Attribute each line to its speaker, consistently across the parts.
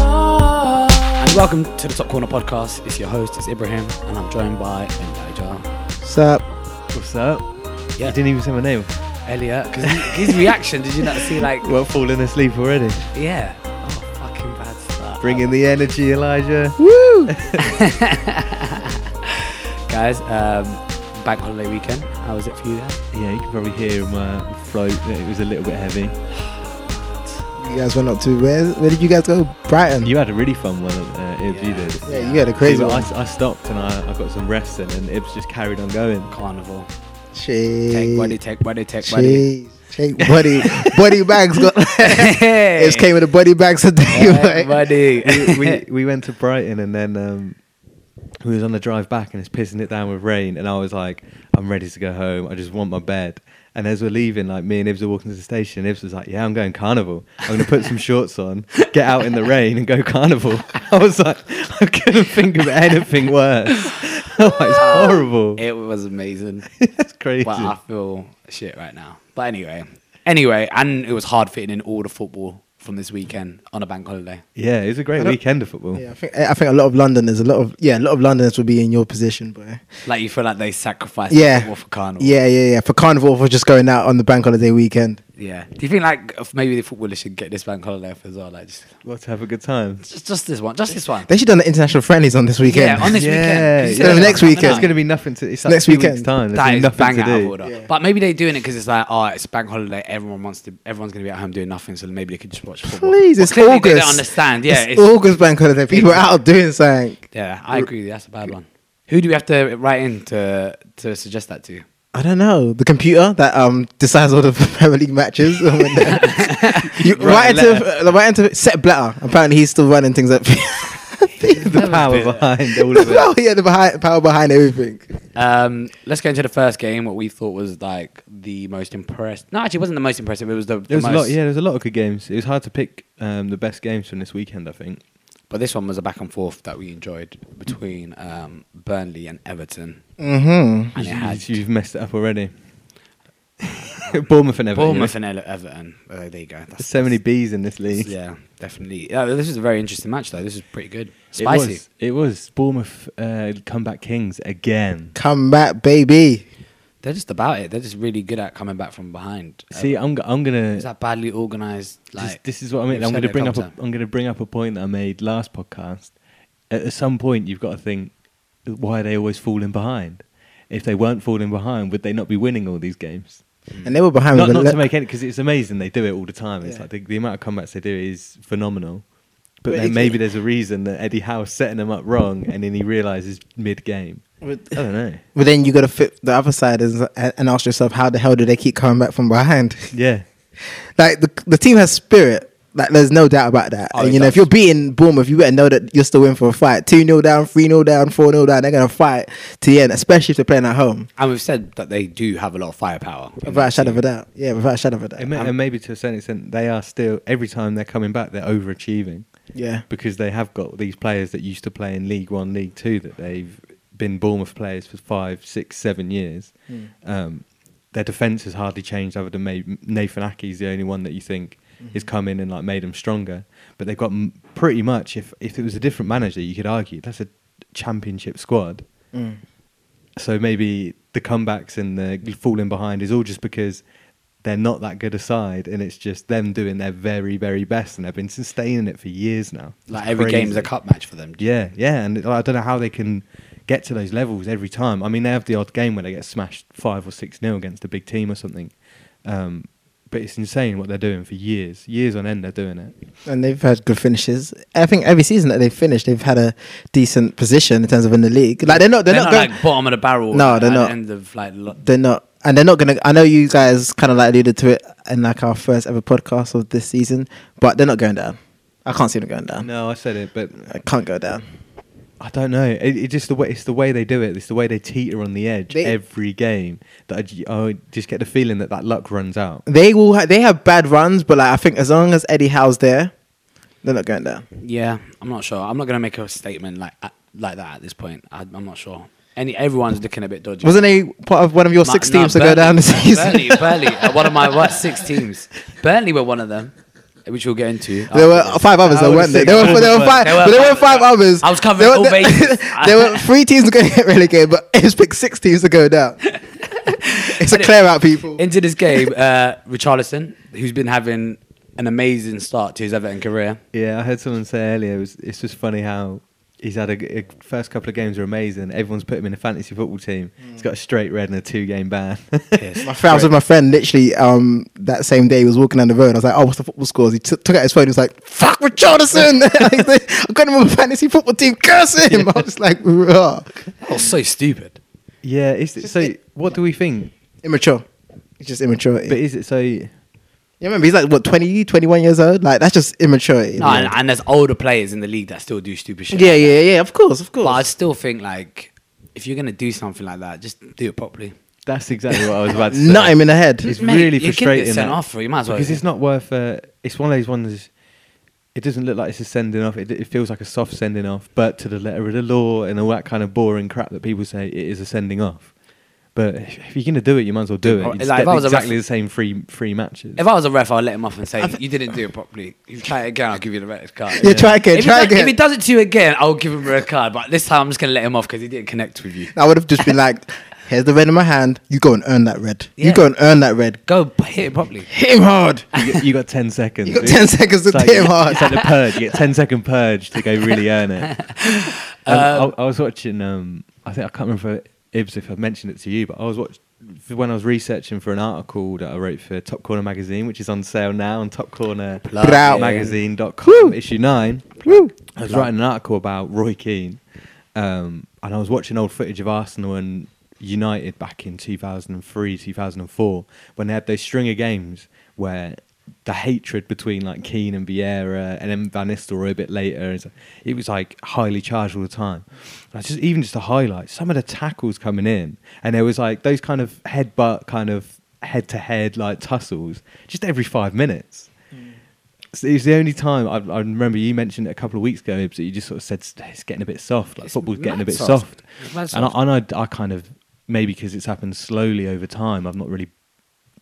Speaker 1: And welcome to the Top Corner Podcast. It's your host, it's Ibrahim, and I'm joined by Bendaja,
Speaker 2: Sup?
Speaker 3: What's up?
Speaker 1: Yeah.
Speaker 3: You didn't even say my name.
Speaker 1: Elliot. Because his reaction, did you not see? Like,
Speaker 3: Well, falling asleep already.
Speaker 1: yeah. Oh, fucking bad stuff.
Speaker 3: Bring in the energy, Elijah.
Speaker 2: Woo!
Speaker 1: Guys, um, bank holiday weekend. How was it for you there?
Speaker 3: Yeah, you can probably hear my throat. It was a little bit heavy.
Speaker 2: You guys went up to where? Where did you guys go? Brighton.
Speaker 3: You had a really fun one, uh, Ibs. You
Speaker 1: Yeah.
Speaker 3: did.
Speaker 2: yeah, you had a crazy
Speaker 3: See, but
Speaker 2: one.
Speaker 3: I, I stopped and I, I got some rest in, and Ibs just carried on going.
Speaker 1: Carnival.
Speaker 2: Jeez.
Speaker 1: Take buddy, take buddy, take buddy.
Speaker 2: Jeez. Take buddy. buddy bags. Go- It's came with the buddy bags today.
Speaker 1: Hey,
Speaker 2: mate.
Speaker 1: buddy.
Speaker 3: we, we, we went to Brighton and then um, we was on the drive back and it's pissing it down with rain and I was like, I'm ready to go home. I just want my bed. And as we're leaving, like me and Ibs are walking to the station, Ibs was like, "Yeah, I'm going carnival. I'm gonna put some shorts on, get out in the rain, and go carnival." I was like, I couldn't think of anything worse. I'm like, it's horrible.
Speaker 1: it was amazing.
Speaker 3: It's crazy.
Speaker 1: But I feel shit right now. But anyway, anyway, and it was hard fitting in all the football from this weekend on a bank holiday.
Speaker 3: Yeah, it was a great
Speaker 2: don't-
Speaker 3: weekend of football.
Speaker 2: Yeah, I think I think a lot of Londoners, a lot of yeah, a lot of Londoners would be in your position, but
Speaker 1: Like you feel like they sacrificed
Speaker 2: yeah,
Speaker 1: football for carnival.
Speaker 2: yeah, yeah, yeah, for carnival for just going out on the bank holiday weekend.
Speaker 1: yeah. Do you think like if maybe the footballers should get this bank holiday off as well? Like just,
Speaker 3: What to have a good time.
Speaker 1: just, just this one, just this one.
Speaker 2: They should done the international friendlies on this weekend.
Speaker 1: Yeah, on this
Speaker 3: Yeah,
Speaker 1: weekend. 'Cause you said
Speaker 2: yeah. So
Speaker 1: it's
Speaker 2: next
Speaker 1: coming
Speaker 2: weekend.
Speaker 1: up.
Speaker 3: It's gonna be nothing to. It's like
Speaker 2: Next
Speaker 3: two
Speaker 2: weekend.
Speaker 3: weeks time. There's
Speaker 1: That is
Speaker 3: nothing
Speaker 1: bang
Speaker 3: to
Speaker 1: out of
Speaker 3: do.
Speaker 1: order.
Speaker 2: Yeah.
Speaker 1: But maybe they're doing it because it's like, oh, it's bank holiday. Everyone wants to. Everyone's going to be at home doing nothing, so maybe they could just watch football.
Speaker 2: Please,
Speaker 1: Well,
Speaker 2: it's
Speaker 1: clearly
Speaker 2: August.
Speaker 1: They don't understand. Yeah,
Speaker 2: it's,
Speaker 1: it's-
Speaker 2: August bank holiday. People are out doing something.
Speaker 1: yeah. I agree. That's a bad one. Who do we have to write in to to suggest that to?
Speaker 2: I don't know the computer that um decides all the Premier League matches. you, right,
Speaker 3: Right,
Speaker 2: into right into Set Blatter. Apparently, he's still running things up.
Speaker 3: the power behind all of it.
Speaker 2: oh yeah, the behind, power behind everything.
Speaker 1: Um, let's go into the first game. What we thought was like the most impressed. No, actually, it wasn't the most impressive. It was the, the
Speaker 3: There was
Speaker 1: most.
Speaker 3: a lot. Yeah, there was a lot of good games. It was hard to pick um, the best games from this weekend. I think.
Speaker 1: But this one was a back and forth that we enjoyed between um, Burnley and Everton.
Speaker 3: Mm.
Speaker 2: Mm-hmm.
Speaker 1: And it had
Speaker 3: You, have messed it up already. Bournemouth and Everton.
Speaker 1: Bournemouth and Ele- Everton. Oh, there you go.
Speaker 3: There's so many B's in this league.
Speaker 1: Yeah, definitely. Uh, this is a very interesting match, though. This is pretty good.
Speaker 3: It
Speaker 1: Spicy.
Speaker 3: was. It was Bournemouth uh, comeback kings again.
Speaker 2: Come back, baby.
Speaker 1: They're just about it. They're just really good at coming back from behind.
Speaker 3: See, I'm g- I'm gonna.
Speaker 1: is that badly organised?
Speaker 3: this,
Speaker 1: Like
Speaker 3: this is what I mean.
Speaker 1: we've
Speaker 3: I'm
Speaker 1: said
Speaker 3: gonna
Speaker 1: it a
Speaker 3: bring up.
Speaker 1: couple
Speaker 3: A,
Speaker 1: times.
Speaker 3: I'm gonna bring up a point that I made last podcast. At, at some point, you've got to think, why are they always falling behind? If they weren't falling behind, would they not be winning all these games?
Speaker 2: And they were behind.
Speaker 3: not,
Speaker 2: with
Speaker 3: not
Speaker 2: ele-
Speaker 3: to make any because it's amazing they do it all the time. It's
Speaker 2: Yeah.
Speaker 3: like the, the amount of comebacks they do is phenomenal. But,
Speaker 2: But
Speaker 3: then
Speaker 2: it-
Speaker 3: maybe there's a reason that Eddie Howe's setting them up wrong, and then he realizes mid game. I don't know.
Speaker 2: but then you got to fit the other side is, and ask yourself, how the hell do they keep coming back from behind?
Speaker 3: Yeah,
Speaker 2: like the the team has spirit. Like there's no doubt about that.
Speaker 1: Oh, it
Speaker 2: and you know,
Speaker 1: does.
Speaker 2: if you're beating Bournemouth, you better know that you're still in for a fight. Two 0 down, three 0 down, four 0 down. They're gonna fight to the end, especially if they're playing at home.
Speaker 1: and we've said that they do have a lot of firepower. in
Speaker 2: Without
Speaker 1: their
Speaker 2: a shadow of
Speaker 1: team.
Speaker 2: a doubt. Yeah, without a shadow of a doubt. Um,
Speaker 3: and, ma- and maybe to a certain extent they are still every time they're coming back they're overachieving
Speaker 2: Yeah.
Speaker 3: because they have got these players that used to play in League One, League Two that they've been Bournemouth players for five, six, seven years. Um, their defence has hardly changed, other than may- Nathan Aki is the only one that you think has come in and like made them stronger. But they've got m- pretty much, if if it was a different manager, you could argue that's a championship squad. So maybe the comebacks and
Speaker 1: Mm.
Speaker 3: the falling behind is all just because they're not that good a side, and it's just them doing their very, very best, and they've been sustaining it for years now.
Speaker 1: Like
Speaker 3: It's
Speaker 1: every game's a
Speaker 3: crazy.
Speaker 1: cup match for them.
Speaker 3: Yeah, yeah, and I don't know how they can get to those levels every time. I mean, they have the odd game where they get smashed five or six nil against a big team or something, um, but it's insane what they're doing for years, years on end. They're doing it.
Speaker 2: And they've had good finishes. I think every season that they've finished, they've had a decent position in terms of in the league. Like they're not they're,
Speaker 1: They're,
Speaker 2: not,
Speaker 1: not,
Speaker 2: going
Speaker 1: like bottom of the barrel.
Speaker 2: No,
Speaker 1: at
Speaker 2: they're
Speaker 1: the
Speaker 2: not.
Speaker 1: End of like lo-
Speaker 2: they're not and they're not gonna I know you guys kinda like alluded to it in like our first ever podcast of this season, but they're not going down. I can't see them going down.
Speaker 3: No, I said it, but
Speaker 2: I can't go down.
Speaker 3: I don't know. It, it just the way it's the way they do it. It's the way they teeter on the edge
Speaker 2: They-
Speaker 3: every game. That I, ju- I just get the feeling that that luck runs out.
Speaker 2: They will. Ha- they have bad runs, but like I think as long as Eddie Howe's there, they're not going down.
Speaker 1: Yeah, I'm not sure. I'm not gonna make a statement like at- like that at this point. I, I'm not sure. Any everyone's looking a bit dodgy.
Speaker 2: Wasn't he part of one of your
Speaker 1: Ma-
Speaker 2: six
Speaker 1: no,
Speaker 2: teams to
Speaker 1: Burnley-
Speaker 2: go down this season?
Speaker 1: Burnley, Burnley, uh, one of my what six teams. Burnley were one of them. which we'll get into.
Speaker 2: There were
Speaker 1: after this.
Speaker 2: five others,
Speaker 3: I
Speaker 2: though,
Speaker 3: would
Speaker 2: weren't there?
Speaker 3: say
Speaker 2: There were,
Speaker 3: five.
Speaker 2: there were five.
Speaker 1: There
Speaker 2: but
Speaker 1: were
Speaker 2: there were
Speaker 1: five.
Speaker 2: five others.
Speaker 1: I was covering
Speaker 2: there
Speaker 1: all bases.
Speaker 2: there were three teams going to get relegated, but it's picked six teams to go down. it's a clear out, people.
Speaker 1: into this game, uh, Richarlison, who's been having an amazing start to his Everton career.
Speaker 3: Yeah, I heard someone say earlier. It was, it's just funny how he's had a, a first couple of games are amazing. Everyone's put him in a fantasy football team. He's got a straight red and a two-game ban.
Speaker 2: My friend, I was with my friend literally um, that same day. He was walking down the road. I was like, "Oh, what's the football scores?" He t- took out his phone. He was like, "Fuck Richardson! I got him on my fantasy football team. Curse him!" I was like, Rah.
Speaker 1: That was Oh, so stupid.
Speaker 3: yeah, is it,
Speaker 2: Just
Speaker 3: so.
Speaker 2: it-
Speaker 3: What do we think?
Speaker 2: "Immature." It's just immaturity.
Speaker 3: But is it so?
Speaker 2: you remember he's like what 20, 21 years old. Like that's just immaturity.
Speaker 1: No, and, and there's older players in the league that still do stupid shit.
Speaker 2: yeah, yeah, yeah. Of course, of course.
Speaker 1: But I still think like if you're gonna do something like that, just do it properly.
Speaker 3: That's exactly what I was about to say.
Speaker 2: Nut him in the head.
Speaker 3: It's
Speaker 1: Mate,
Speaker 3: really
Speaker 1: you could get
Speaker 3: frustrating.
Speaker 1: sent
Speaker 3: that.
Speaker 1: off for it, you might as well,
Speaker 3: Because
Speaker 1: yeah.
Speaker 3: it's not worth. Uh, it's one of those ones. It doesn't look like it's a sending off. It, it feels like a soft sending off, but to the letter of the law and all that kind of boring crap that people say, it is a sending off. But if, if you're going to do it, you might as well do it. You
Speaker 1: Like,
Speaker 3: just
Speaker 1: if
Speaker 3: get
Speaker 1: I was a
Speaker 3: exactly
Speaker 1: ref-
Speaker 3: the same three three matches.
Speaker 1: If I was a ref, I'd let him off and say you didn't do it properly. You try it again, I'll give you the red card.
Speaker 2: Yeah, try again,
Speaker 1: If he
Speaker 2: try
Speaker 1: does-
Speaker 2: again.
Speaker 1: If he does it to you again, I'll give him a red card. But this time, I'm just gonna let him off because he didn't connect with you.
Speaker 2: I would have just been like, "Here's the red in my hand. You go and earn that red. You
Speaker 1: Yeah.
Speaker 2: go and earn that red.
Speaker 1: Go p- hit it properly.
Speaker 2: Hit him hard.
Speaker 3: you, got, you got 10 seconds.
Speaker 2: You got 10 seconds to hit him hard.
Speaker 3: It's like the purge. You get 10 second purge to go really earn it. Um, I, I was watching, um, I think I can't remember Ibs if I mentioned it to you, but I was watching. When I was researching for an article that I wrote for Top Corner magazine, which is on sale now on
Speaker 2: Put out.
Speaker 3: topcornermagazine.com, issue nine,
Speaker 2: Woo.
Speaker 3: I was writing an article about Roy Keane, um, and I was watching old footage of Arsenal and United back in 2003, 2004, when they had those string of games where the hatred between like Keane and Vieira and then Van Nistelrooy a bit later, and so- it was like highly charged all the time. And I just even just to highlight some of the tackles coming in, and there was like those kind of headbutt kind of head to head like tussles just every five minutes. So It was the only time I, I remember you mentioned it a couple of weeks ago Ibs, that you just sort of said it's getting a bit soft, like
Speaker 1: It's
Speaker 3: football's getting a
Speaker 1: mad
Speaker 3: bit
Speaker 1: soft.
Speaker 3: soft.
Speaker 1: It's mad
Speaker 3: And,
Speaker 1: soft.
Speaker 3: I, and I, I kind of maybe because it's happened slowly over time, I've not really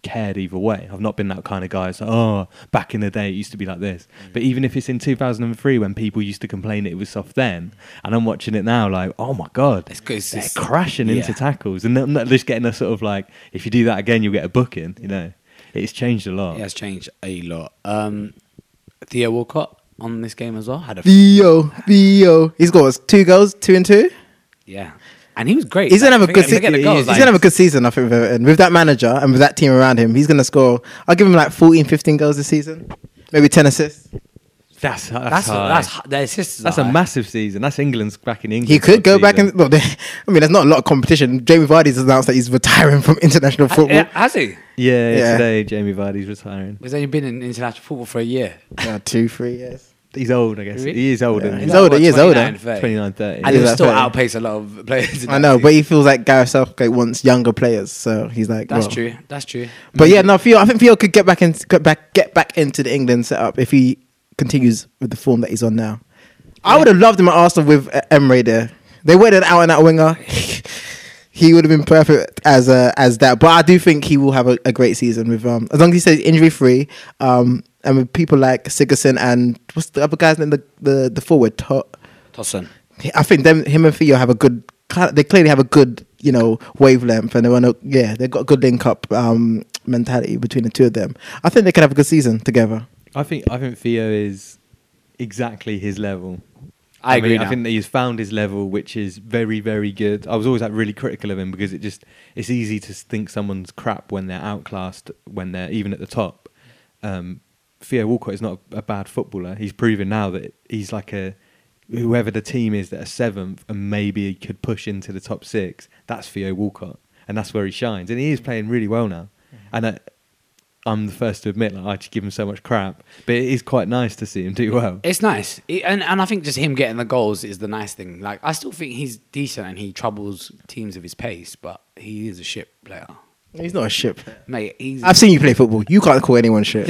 Speaker 3: cared either way. I've not been that kind of guy. It's like, oh, back in the day it used to be like this.
Speaker 1: Mm.
Speaker 3: But even if it's in 2003 when people used to complain that it was soft then, and I'm watching it now, like, oh my god,
Speaker 1: It's 'cause
Speaker 3: they're
Speaker 1: it's-
Speaker 3: crashing into
Speaker 1: yeah.
Speaker 3: tackles, and I'm not just getting a sort of like, if you do that again, you'll get a booking. You know, it's changed a lot.
Speaker 1: It has changed a lot. Um, Theo Walcott on this game as well had a
Speaker 2: Bo, Bo. He's got what, two goals, two and two.
Speaker 1: yeah, and he was great.
Speaker 2: He's gonna
Speaker 1: Like,
Speaker 2: have a good.
Speaker 1: forget-
Speaker 2: Se-
Speaker 1: forget the
Speaker 2: he's
Speaker 1: goals, like-
Speaker 2: gonna have a good season, I think, with Everton. With that manager and with that team around him, he's gonna score. I'll give him like 14, 15 goals this season, maybe ten assists.
Speaker 3: That's that's
Speaker 1: That's
Speaker 3: high.
Speaker 1: that's h- their sisters.
Speaker 3: That's
Speaker 1: are
Speaker 3: a
Speaker 1: high.
Speaker 3: massive season. That's England's back in England.
Speaker 2: He could go
Speaker 3: sort of
Speaker 2: back
Speaker 3: season.
Speaker 2: and. Well, they- I mean, there's not a lot of competition. Jamie Vardy's announced that he's retiring from international
Speaker 1: Ha-
Speaker 2: football.
Speaker 1: yeah, Has he?
Speaker 3: yeah, yeah,
Speaker 2: Yeah.
Speaker 3: Today, Jamie Vardy's retiring.
Speaker 1: He's only been in international football for a year.
Speaker 2: Uh, two, three years.
Speaker 3: He's old, I guess.
Speaker 1: Really?
Speaker 3: He is older.
Speaker 2: Yeah,
Speaker 3: than
Speaker 2: he's
Speaker 3: that.
Speaker 2: older, he is older.
Speaker 1: 29, 30.
Speaker 3: 29, 30.
Speaker 1: And
Speaker 2: Yeah,
Speaker 1: he'll
Speaker 2: that's
Speaker 1: still
Speaker 2: fair.
Speaker 1: outpace a lot of players. in
Speaker 2: I
Speaker 1: that
Speaker 2: know,
Speaker 1: team.
Speaker 2: but he feels like Gareth Southgate wants younger players, so he's like,
Speaker 1: that's
Speaker 2: well.
Speaker 1: true. That's true.
Speaker 2: But yeah, no, Theo. I think Theo could get back in, get back, get back into the England setup if he continues with the form that he's on now. I would have loved him at Arsenal with uh, Emre there. They waited out and out winger. he would have been perfect as a, as that. But I do think he will have a, a great season with um as long as he stays injury free. Um, and with people like Sigerson and what's the other guy's name? The the, the forward. To-
Speaker 1: Tosson.
Speaker 2: I think them him and Theo have a good. kind- They clearly have a good, you know, wavelength, and they want to. Yeah, they've got a good link up um, mentality between the two of them. I think they could have a good season together.
Speaker 3: I think I think Theo is exactly his level.
Speaker 1: I agree
Speaker 3: mean, I
Speaker 1: now.
Speaker 3: think that he's found his level, which is very, very good. I was always like really critical of him because it just it's easy to think someone's crap when they're outclassed, when they're even at the top. Um, Theo Walcott is not a, a bad footballer. He's proven now that he's like a whoever the team is that are seventh and maybe could push into the top six. That's Theo Walcott, and that's where he shines. And he is playing really well now. And I, I'm the first to admit, like, I just give him so much crap, but it is quite nice to see him do well.
Speaker 1: It's nice, He- and and I think just him getting the goals is the nice thing. Like I still think he's decent, and he troubles teams with his pace, but he is a shit player,
Speaker 2: He's not a ship.
Speaker 1: mate. He's
Speaker 2: I've seen you play football. You can't call anyone shit.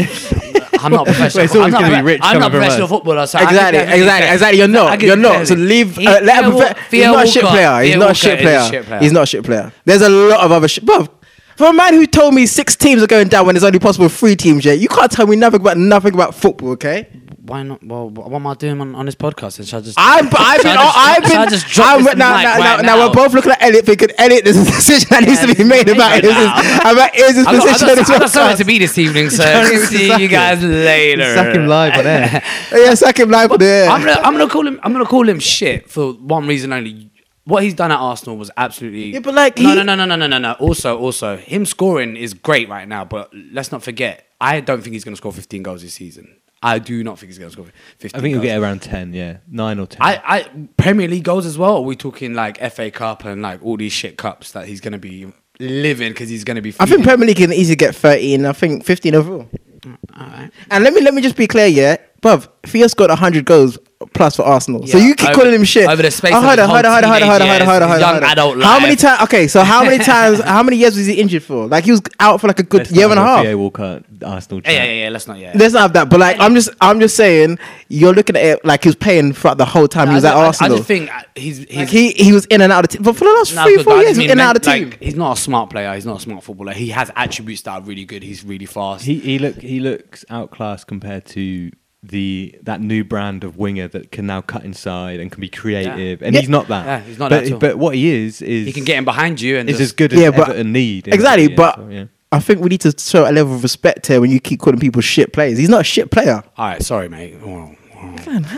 Speaker 1: I'm not a professional.
Speaker 3: It's always
Speaker 1: I'm not,
Speaker 3: gonna be
Speaker 1: a-
Speaker 3: rich
Speaker 1: I'm not a
Speaker 3: coming from
Speaker 1: professional
Speaker 3: us.
Speaker 1: footballer, so I think
Speaker 2: exactly,
Speaker 1: that's really
Speaker 2: exactly,
Speaker 1: fair.
Speaker 2: exactly. You're
Speaker 1: I
Speaker 2: not.
Speaker 1: can
Speaker 2: You're not. So
Speaker 1: fairly-
Speaker 2: leave.
Speaker 1: He-
Speaker 2: uh, let
Speaker 1: Theo
Speaker 2: him.
Speaker 1: Walcott-
Speaker 2: He's
Speaker 1: Theo
Speaker 2: not a shit
Speaker 1: Walcott-
Speaker 2: player. He's
Speaker 1: Theo
Speaker 2: not a shit
Speaker 1: Walcott is
Speaker 2: player. He's not a shit player. There's a lot of other shit. Bruv, For a man who told me six teams are going down when there's only possible three teams yet, you can't tell me nothing about nothing about football, okay?
Speaker 1: Why not? Well, what am I doing on, on this podcast? And should I just?
Speaker 2: I've, I've
Speaker 1: Shall
Speaker 2: been,
Speaker 1: I just-
Speaker 2: I've been,
Speaker 1: shall I just drop
Speaker 2: I'm-
Speaker 1: this
Speaker 2: now,
Speaker 1: mic
Speaker 2: now,
Speaker 1: right
Speaker 2: now,
Speaker 1: now?
Speaker 2: we're both looking at Elliot thinking, Elliot, there's a decision that needs to be made about his, about his
Speaker 1: I've got, I've got,
Speaker 2: position. in
Speaker 1: I've
Speaker 2: this
Speaker 1: got something
Speaker 2: podcast.
Speaker 1: to be this evening, so
Speaker 3: Don't even
Speaker 1: see
Speaker 3: sack
Speaker 1: you
Speaker 3: him.
Speaker 1: guys later.
Speaker 3: Sack him live on air.
Speaker 2: Yeah, sack him live for the air.
Speaker 1: I'm gonna, I'm gonna call him. I'm gonna call him shit for one reason only. What he's done at Arsenal was absolutely.
Speaker 2: Yeah, but like
Speaker 1: no,
Speaker 2: he-
Speaker 1: no, no, no, no, no, no, no. Also, also, him scoring is great right now. But let's not forget, I don't think he's gonna score 15 goals this season. I do not think he's gonna score 15.
Speaker 3: I think
Speaker 1: goals.
Speaker 3: you'll get around 10, yeah. 9 or 10.
Speaker 1: I, I Premier League goals as well. Are we talking like FA Cup and like all these shit cups that he's gonna be living because he's gonna be.
Speaker 2: I think
Speaker 1: feeding?
Speaker 2: Premier League can easily get 13, I think 15 overall.
Speaker 1: All right.
Speaker 2: And let me let me just be clear, yeah, bruv, Theo scored 100 goals plus for Arsenal. so
Speaker 1: Yeah,
Speaker 2: you keep
Speaker 1: over-
Speaker 2: calling him shit.
Speaker 1: over the space
Speaker 2: Oh,
Speaker 1: of
Speaker 2: hold
Speaker 1: his
Speaker 2: on, hold
Speaker 1: whole
Speaker 2: on, hold on, hold on, hold on,
Speaker 1: teenage
Speaker 2: hold
Speaker 1: years,
Speaker 2: on, hold on,
Speaker 1: young
Speaker 2: hold on.
Speaker 1: adult
Speaker 2: How many
Speaker 1: life.
Speaker 2: times? Okay, so how many times? How many years was he injured for? Like he was out for like a good
Speaker 3: Let's not
Speaker 2: year and a
Speaker 3: have
Speaker 2: half.
Speaker 3: VA Walker, Arsenal.
Speaker 1: Yeah, yeah,
Speaker 3: chat.
Speaker 1: yeah, yeah. Let's not. Yeah.
Speaker 2: Let's not have that. But like, I'm just, I'm just saying, you're looking at it like he was playing throughout the whole time he was
Speaker 1: I,
Speaker 2: at
Speaker 1: I- I,
Speaker 2: Arsenal.
Speaker 1: just think uh, he's, he's
Speaker 2: like he, he was in and out of the team. But for the last
Speaker 1: No,
Speaker 2: three,
Speaker 1: but
Speaker 2: four
Speaker 1: I
Speaker 2: years,
Speaker 1: just
Speaker 2: he was
Speaker 1: mean
Speaker 2: in and out of the
Speaker 1: men-
Speaker 2: team.
Speaker 1: like, he's not a smart player. He's not a smart footballer. He has attributes that are really good. He's really fast.
Speaker 3: He he look he looks outclassed compared to the that new brand of winger that can now cut inside and can be creative, and
Speaker 2: Yeah.
Speaker 3: he's not that.
Speaker 1: Yeah, he's not
Speaker 3: but,
Speaker 1: that at all.
Speaker 3: But what he is is
Speaker 1: he can get in behind you and
Speaker 3: is
Speaker 1: just,
Speaker 3: as good as
Speaker 2: Yeah, but-
Speaker 3: Everton need. in
Speaker 2: Exactly,
Speaker 3: the year,
Speaker 2: but
Speaker 3: so, yeah.
Speaker 2: I think we need to show a level of respect here when you keep calling people shit players. He's not a shit player.
Speaker 1: All right, sorry, mate. Oh, oh,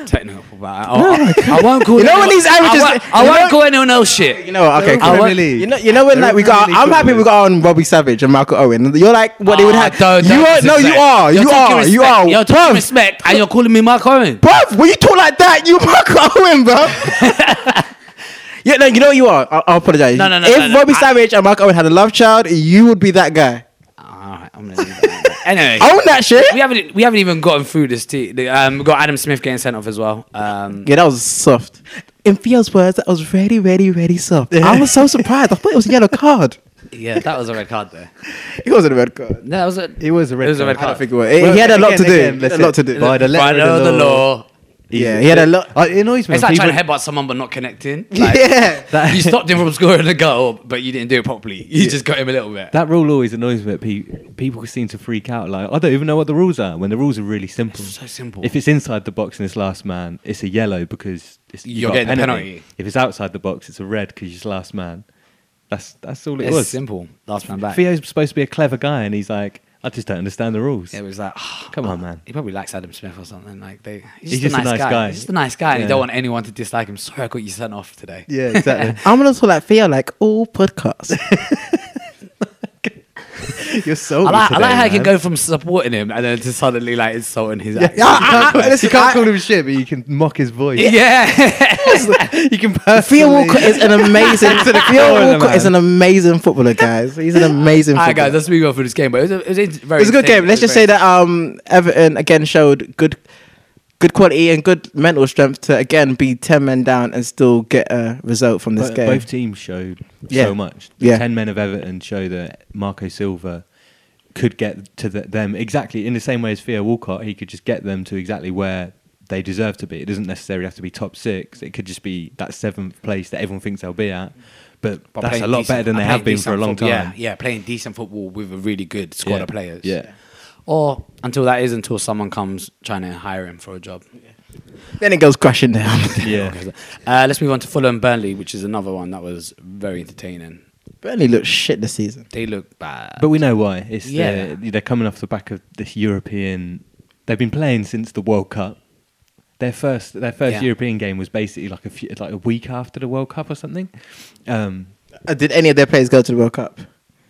Speaker 1: Technical, but I, I, I won't call.
Speaker 2: You know
Speaker 1: anyone-
Speaker 2: when these averages-
Speaker 1: I won't, I
Speaker 2: you
Speaker 1: won't
Speaker 2: know-
Speaker 1: call anyone else shit.
Speaker 2: You know, what, okay,
Speaker 3: They're
Speaker 2: cool.
Speaker 1: all
Speaker 3: Premier League.
Speaker 2: You know, you know when
Speaker 3: They're
Speaker 2: like we
Speaker 3: all
Speaker 2: got.
Speaker 3: Premier League
Speaker 2: I'm happy we
Speaker 3: footballers.
Speaker 2: got on Robbie Savage and Michael Owen. You're like what they would
Speaker 1: Ah,
Speaker 2: have.
Speaker 1: don't-
Speaker 2: you
Speaker 1: don't
Speaker 2: are no, you
Speaker 1: disrespect.
Speaker 2: are,
Speaker 1: You're
Speaker 2: you
Speaker 1: talking
Speaker 2: are, you
Speaker 1: respect.
Speaker 2: are.
Speaker 1: You're
Speaker 2: Bruv,
Speaker 1: talking respect, and you're calling me Mark Owen.
Speaker 2: bruv, when you talk like that, you Michael Owen, bro. yeah, no, you know what you are. I, I apologize.
Speaker 1: No, no, no,
Speaker 2: If
Speaker 1: no, no,
Speaker 2: Robbie
Speaker 1: I-
Speaker 2: Savage and Michael Owen had a love child, you would be that guy.
Speaker 1: Ah, All right, I'm gonna. leave that. Anyway,
Speaker 2: Own that shit.
Speaker 1: we haven't we haven't even gotten through this. T- the, um, we got Adam Smith getting sent off as well. Um,
Speaker 2: Yeah, that was soft. In Theo's words, that was really, really, really soft. I was so surprised. I thought it was a yellow card.
Speaker 1: yeah, that was a red card there.
Speaker 2: It wasn't a red card.
Speaker 1: No, That was a.
Speaker 3: It was a red
Speaker 1: It was a
Speaker 3: card.
Speaker 1: red
Speaker 3: I don't
Speaker 1: card.
Speaker 2: think it was. He- he had a lot to do. He had a lot to do.
Speaker 3: By the letter
Speaker 1: By
Speaker 3: of the law. he's-
Speaker 2: Yeah, he had a lot-
Speaker 3: I- It annoys me.
Speaker 1: It's
Speaker 3: when
Speaker 1: like
Speaker 3: people-
Speaker 1: trying to headbutt someone but not connecting. Like,
Speaker 2: yeah.
Speaker 3: that-
Speaker 1: you stopped him from scoring a goal, but you didn't do it properly. You just got him a little bit.
Speaker 3: That rule always annoys me. that pe- People seem to freak out. Like I don't even know what the rules are when the rules are really simple.
Speaker 1: so simple.
Speaker 3: If it's inside the box and it's last man, it's a yellow because it's, you
Speaker 1: You're
Speaker 3: got a
Speaker 1: getting the
Speaker 3: penalty.
Speaker 1: penalty.
Speaker 3: If it's outside the box, it's a red because it's last man. That's that's all it
Speaker 1: it's
Speaker 3: was.
Speaker 1: simple. Last man back.
Speaker 3: Theo's supposed to be a clever guy, and he's like, I just don't understand the rules.
Speaker 1: it was like, "Ah,
Speaker 3: Come on, man.
Speaker 1: He probably likes Adam Smith or something. Like they, he's,
Speaker 3: He's
Speaker 1: just, a nice, guy. He's just a nice guy, and you
Speaker 3: Yeah.
Speaker 1: don't want anyone to dislike him. Sorry, I got you sent off today.
Speaker 3: Yeah, exactly.
Speaker 2: I'm gonna talk like Theo, like all podcasts.
Speaker 3: You're so.
Speaker 1: I like, I like how he can go from supporting him and then to suddenly like insulting his. Yeah,
Speaker 3: You can't, call, you can't call him shit, but you can mock his voice.
Speaker 1: yeah.
Speaker 3: you can.
Speaker 2: Theo
Speaker 3: personally-
Speaker 2: Walcott is an amazing.
Speaker 3: corner,
Speaker 2: Theo Walcott
Speaker 3: man.
Speaker 2: is an amazing footballer, guys. He's an amazing.
Speaker 1: All
Speaker 2: footballer.
Speaker 1: right, guys, let's move on through this game. But it was a, it was a very
Speaker 2: it was a good
Speaker 1: entertaining-
Speaker 2: game. Let's
Speaker 1: it was
Speaker 2: just say
Speaker 1: very-
Speaker 2: that um, Everton again showed good, good quality and good mental strength to again be ten men down and still get a result from this
Speaker 3: Bo-
Speaker 2: game.
Speaker 3: Both teams showed
Speaker 2: Yeah.
Speaker 3: so much. The
Speaker 2: Yeah.
Speaker 3: ten men of Everton show that Marco Silva could get to the, them exactly in the same way as Theo Walcott. He could just get them to exactly where they deserve to be. It doesn't necessarily have to be top six. It could just be that seventh place that everyone thinks they'll be at. But,
Speaker 1: But
Speaker 3: that's
Speaker 1: playing
Speaker 3: a lot
Speaker 1: decent-
Speaker 3: better than they
Speaker 1: and
Speaker 3: have
Speaker 1: playing
Speaker 3: been for a
Speaker 1: decent
Speaker 3: long
Speaker 1: football.
Speaker 3: time.
Speaker 1: Yeah, yeah, playing decent football with a really good squad
Speaker 3: Yeah,
Speaker 1: of players.
Speaker 3: yeah.
Speaker 1: Or until that is, until someone comes trying to hire him for a job.
Speaker 2: Then it goes crashing down.
Speaker 3: Yeah.
Speaker 1: Uh, let's move on to Fulham Burnley, which is another one that was very entertaining.
Speaker 2: Burnley looked shit this season.
Speaker 1: They look bad.
Speaker 3: But we know why. It's
Speaker 1: Yeah.
Speaker 3: yeah. they're coming off the back of this European. They've been playing since the World Cup. Their first their first
Speaker 1: Yeah.
Speaker 3: European game was basically like a few, like a week after the World Cup or something. Um,
Speaker 2: Uh, Did any of their players go to the World Cup?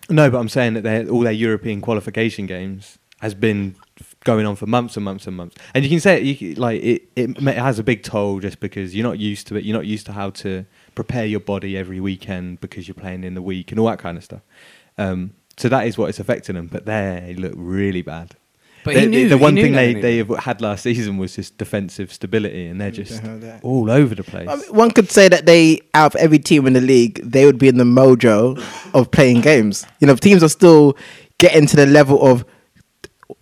Speaker 3: no, but I'm saying that their all their European qualification games has been f- going on for months and months and months. And you can say you, c- like it, it ma- it has a big toll just because you're not used to it. You're not used to how to prepare your body every weekend because you're playing in the week and all that kind of stuff. Um, so that is what is affecting them. But they look really bad.
Speaker 1: But
Speaker 3: the,
Speaker 1: he
Speaker 3: the-
Speaker 1: knew-
Speaker 3: the
Speaker 1: he
Speaker 3: one
Speaker 1: knew
Speaker 3: thing
Speaker 1: that,
Speaker 3: they,
Speaker 1: didn't
Speaker 3: they
Speaker 1: he?
Speaker 3: have had last season was just defensive stability, and they're just
Speaker 2: have that.
Speaker 3: all over the place.
Speaker 2: I mean, one could say that they, out of every team in the league, they would be in the mojo of playing games. You know, teams are still getting to the level of,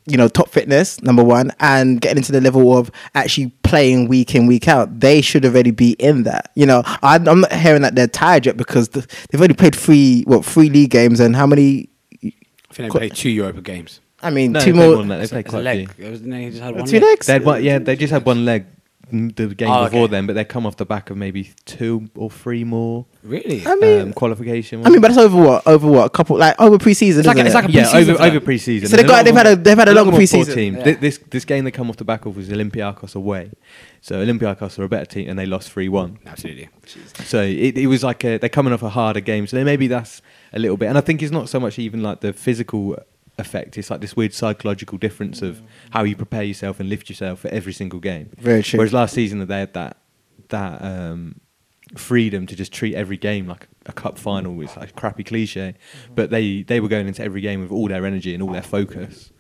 Speaker 2: you know, top fitness, number one, and getting into the level of actually playing week in, week out. They should already be in that. You know, I, I'm not hearing that they're tired yet because the, they've already played three, what, three league games and how many
Speaker 1: think they
Speaker 2: Qu-
Speaker 1: played two Europa games.
Speaker 2: I mean,
Speaker 3: No,
Speaker 2: two
Speaker 3: they played
Speaker 2: more.
Speaker 3: than that. They
Speaker 1: It's
Speaker 3: played
Speaker 1: it's a
Speaker 3: quite a few.
Speaker 1: leg. It was, no, he just had one
Speaker 2: Two
Speaker 1: leg.
Speaker 2: legs.
Speaker 3: They had one, yeah, they just had one leg n- the game
Speaker 1: Oh,
Speaker 3: before
Speaker 1: okay.
Speaker 3: then, but they come off the back of maybe two or three more
Speaker 1: Really?
Speaker 2: I mean,
Speaker 3: um, qualification.
Speaker 2: I mean, but that's over what? Over what? A couple like over preseason.
Speaker 1: It's like a-
Speaker 2: isn't
Speaker 1: it's
Speaker 2: it?
Speaker 1: like a
Speaker 3: yeah,
Speaker 1: pre-season
Speaker 3: over
Speaker 1: for
Speaker 3: over
Speaker 1: them.
Speaker 3: preseason.
Speaker 2: So they
Speaker 3: And a
Speaker 2: got-
Speaker 3: lot
Speaker 2: they've
Speaker 3: more-
Speaker 2: had a- they've had a lot more
Speaker 3: more
Speaker 2: preseason.
Speaker 3: poor Teams.
Speaker 1: Yeah.
Speaker 3: Thi- This this game they come off the back of was Olympiacos away, so Olympiacos are a better team and they lost three one.
Speaker 1: Absolutely.
Speaker 3: So it, it was like a, they're coming off a harder game. So then maybe that's a little bit. And I think it's not so much even like the physical effect. It's like this weird psychological difference of how you prepare yourself and lift yourself for every single game.
Speaker 2: Mm. Very true.
Speaker 3: Whereas last season that they had that that um, freedom to just treat every game like a cup final. It's like a crappy cliche,
Speaker 2: Mm-hmm.
Speaker 3: but they they were going into every game with all their energy and all their focus.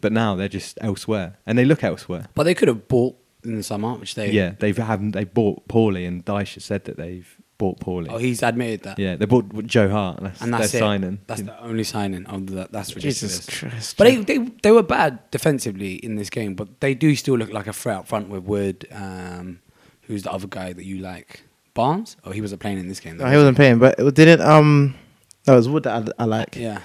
Speaker 3: But now they're just elsewhere, and they look elsewhere.
Speaker 1: But they could have bought in the summer, which they.
Speaker 3: Yeah, they've haven't they bought poorly, and Dyche has said that they've bought poorly.
Speaker 1: Oh, he's admitted that.
Speaker 3: Yeah, they bought Joe Hart. And that's,
Speaker 1: And that's
Speaker 3: their
Speaker 1: it.
Speaker 3: signing.
Speaker 1: That's the only signing. Of the, that's ridiculous.
Speaker 2: Jesus Christ.
Speaker 1: But they, they they were bad defensively in this game, but they do still look like a threat up front with Wood. Um, who's the other guy that you like? Barnes? Oh, he wasn't playing in this game. though,
Speaker 2: No, he wasn't paying, but it didn't um. No, it was Wood that I, I like.
Speaker 1: was he? Yeah.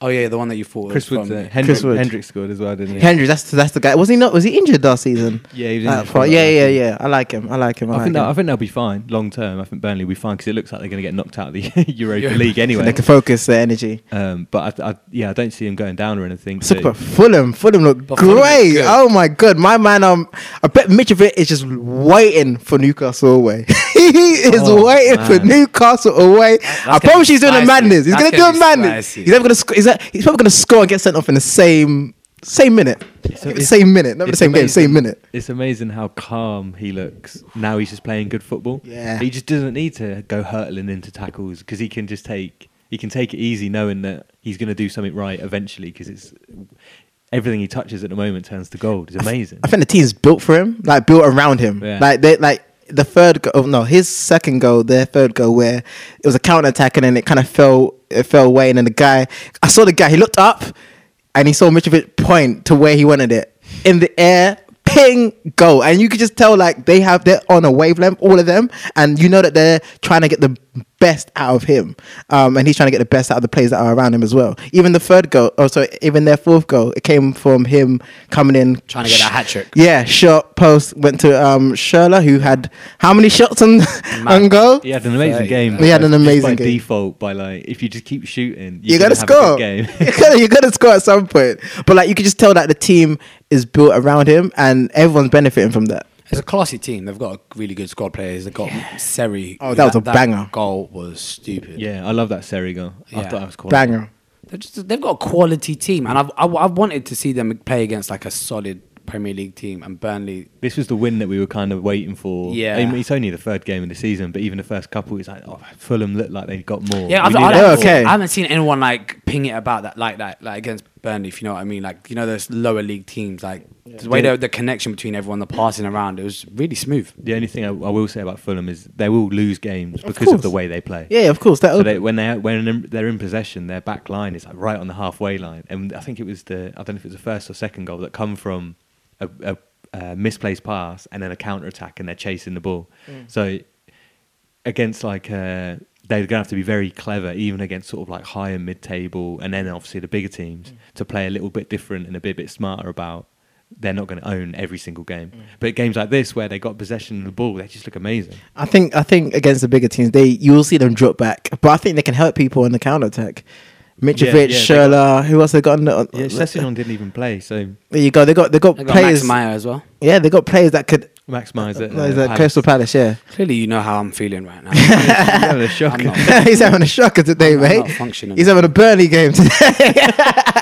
Speaker 1: Oh yeah, the one that you thought.
Speaker 3: Chris
Speaker 1: was
Speaker 3: Wood,
Speaker 1: from-
Speaker 3: uh, Hendrick,
Speaker 2: Chris Wood.
Speaker 3: Hendrick scored as well, didn't he?
Speaker 2: Henry, that's that's the guy. Was he not? Was he injured last season?
Speaker 3: Yeah, he was
Speaker 2: Uh,
Speaker 3: injured for
Speaker 2: for-
Speaker 3: that,
Speaker 2: yeah,
Speaker 3: I
Speaker 2: yeah,
Speaker 3: think.
Speaker 2: yeah. I like him. I like him. I,
Speaker 3: I
Speaker 2: like
Speaker 3: think,
Speaker 2: him.
Speaker 3: that, I think they'll be fine long term. I think Burnley will be fine because it looks like they're going to get knocked out of the Europa
Speaker 1: Yeah.
Speaker 3: League
Speaker 2: So they
Speaker 3: anyway.
Speaker 2: can focus their energy.
Speaker 3: Um, but I, I, yeah, I don't see them going down or anything.
Speaker 2: Let's talk
Speaker 3: They-
Speaker 2: about Fulham. Fulham look
Speaker 1: But Fulham look
Speaker 2: great.
Speaker 1: good.
Speaker 2: oh my god, my man. Um, I bet Mitrovic is just waiting for Newcastle away. he is
Speaker 3: Oh,
Speaker 2: waiting for
Speaker 3: man.
Speaker 2: Newcastle away. I
Speaker 1: gonna
Speaker 2: promise
Speaker 1: be
Speaker 2: he's doing a
Speaker 1: spicy.
Speaker 2: madness. He's
Speaker 1: That's
Speaker 2: gonna do a
Speaker 1: gonna be
Speaker 2: madness.
Speaker 1: spicy.
Speaker 2: He's never gonna. Sc- he's, a- he's probably gonna score and get sent off in the same same minute.
Speaker 3: So
Speaker 2: the
Speaker 3: it's-
Speaker 2: same minute, not the
Speaker 3: it's
Speaker 2: same game,
Speaker 3: amazing-
Speaker 2: same minute.
Speaker 3: It's amazing how calm he looks. Now he's just playing good football.
Speaker 2: Yeah.
Speaker 3: He just doesn't need to go hurtling into tackles because he can just take he can take it easy knowing that he's going to do something right eventually because it's everything he touches at the moment turns to gold. It's amazing.
Speaker 2: I think the team's built for him, like built around him.
Speaker 3: Yeah.
Speaker 2: Like they like the third goal, no, his second goal, their third goal, where it was a counter attack and then it kind of fell, it fell away, and then the guy, I saw the guy, he looked up, and he saw Mitrovic point to where he wanted it in the air. Ping goal, and you could just tell like they have they're on a wavelength, all of them, and you know that they're trying to get the best out of him, um, and he's trying to get the best out of the players that are around him as well. Even the third goal, oh sorry, even their fourth goal, it came from him coming in
Speaker 1: Trying to get a hat trick.
Speaker 2: yeah, shot post went to um Sherla who had how many shots on on goal?
Speaker 3: He had an amazing
Speaker 1: Thirty.
Speaker 3: game.
Speaker 2: He had an
Speaker 3: Just
Speaker 2: amazing
Speaker 3: by
Speaker 2: game.
Speaker 3: default, by like, if you just keep shooting, you're
Speaker 2: You gotta
Speaker 3: gonna have a good
Speaker 2: score.
Speaker 3: game.
Speaker 2: you gotta you gotta score at some point. But like you could just tell that the team is built around him and everyone's benefiting from that.
Speaker 1: It's a classy team. They've got a really good squad players. They've got Seri.
Speaker 2: Oh, that was a banger.
Speaker 1: Goal was stupid.
Speaker 3: yeah, I love that Seri goal. I
Speaker 1: Yeah.
Speaker 3: thought that was cool.
Speaker 2: Banger.
Speaker 1: They're just, they've got a quality team, and I've, I've I've wanted to see them play against like a solid Premier League team. And Burnley,
Speaker 3: This was the win that we were kind of waiting for.
Speaker 1: Yeah.
Speaker 3: I mean, it's only the third game of the season, but even the first couple, it's like oh, Fulham looked like they got more.
Speaker 1: yeah, I've,
Speaker 3: We knew
Speaker 1: I,
Speaker 3: that
Speaker 2: Yeah,
Speaker 1: haven't
Speaker 3: before.
Speaker 2: okay.
Speaker 1: I haven't seen anyone like ping it about that like that like against Burnley. If you know what I mean, like you know those lower league teams, like the way
Speaker 3: Yeah.
Speaker 1: the, the connection between everyone, the passing around, it was really smooth.
Speaker 3: The only thing I, I will say about Fulham is they will lose games because
Speaker 2: course.
Speaker 3: of the way they play.
Speaker 2: Yeah, of course. That
Speaker 3: So they, when they when in- they're in possession, their back line is like right on the halfway line, and I think it was the I don't know if it was the first or second goal that come from a, a, a misplaced pass and then a counter attack, and they're chasing the ball. So against like uh, they're gonna have to be very clever, even against sort of like higher mid table, and then obviously the bigger teams to play a little bit different and a bit bit smarter about. They're not going to own every single game, but games like this where they got possession of the ball, they just look amazing.
Speaker 2: I think I think against the bigger teams, they you will see them drop back. But I think they can help people in the counter attack.
Speaker 3: yeah,
Speaker 2: Mitrovic,
Speaker 3: they
Speaker 2: Sherla, who else they got on the, on,
Speaker 3: Yeah, Sessignon didn't even play, so
Speaker 2: There you go. They got they got
Speaker 1: They got
Speaker 2: players.
Speaker 1: Max Meyer as well.
Speaker 2: yeah, they got players that could
Speaker 3: maximise it.
Speaker 2: no,
Speaker 3: uh,
Speaker 2: is that
Speaker 3: Palace.
Speaker 2: Crystal Palace, yeah.
Speaker 1: Clearly, you know how I'm feeling right now.
Speaker 3: having a
Speaker 1: I'm
Speaker 3: shocker.
Speaker 1: not.
Speaker 2: he's having a shocker today,
Speaker 1: I'm
Speaker 2: mate.
Speaker 1: not functioning.
Speaker 2: He's having a Burnley game today.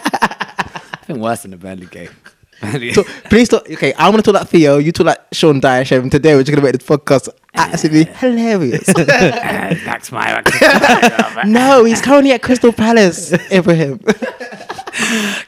Speaker 1: I think worse than the Burnley game.
Speaker 2: so please talk. Okay, I'm gonna talk like Theo. You talk like Sean Dyche. And today we're just gonna make this podcast absolutely hilarious.
Speaker 1: Max Meyer.
Speaker 2: no, he's currently at Crystal Palace, Ibrahim.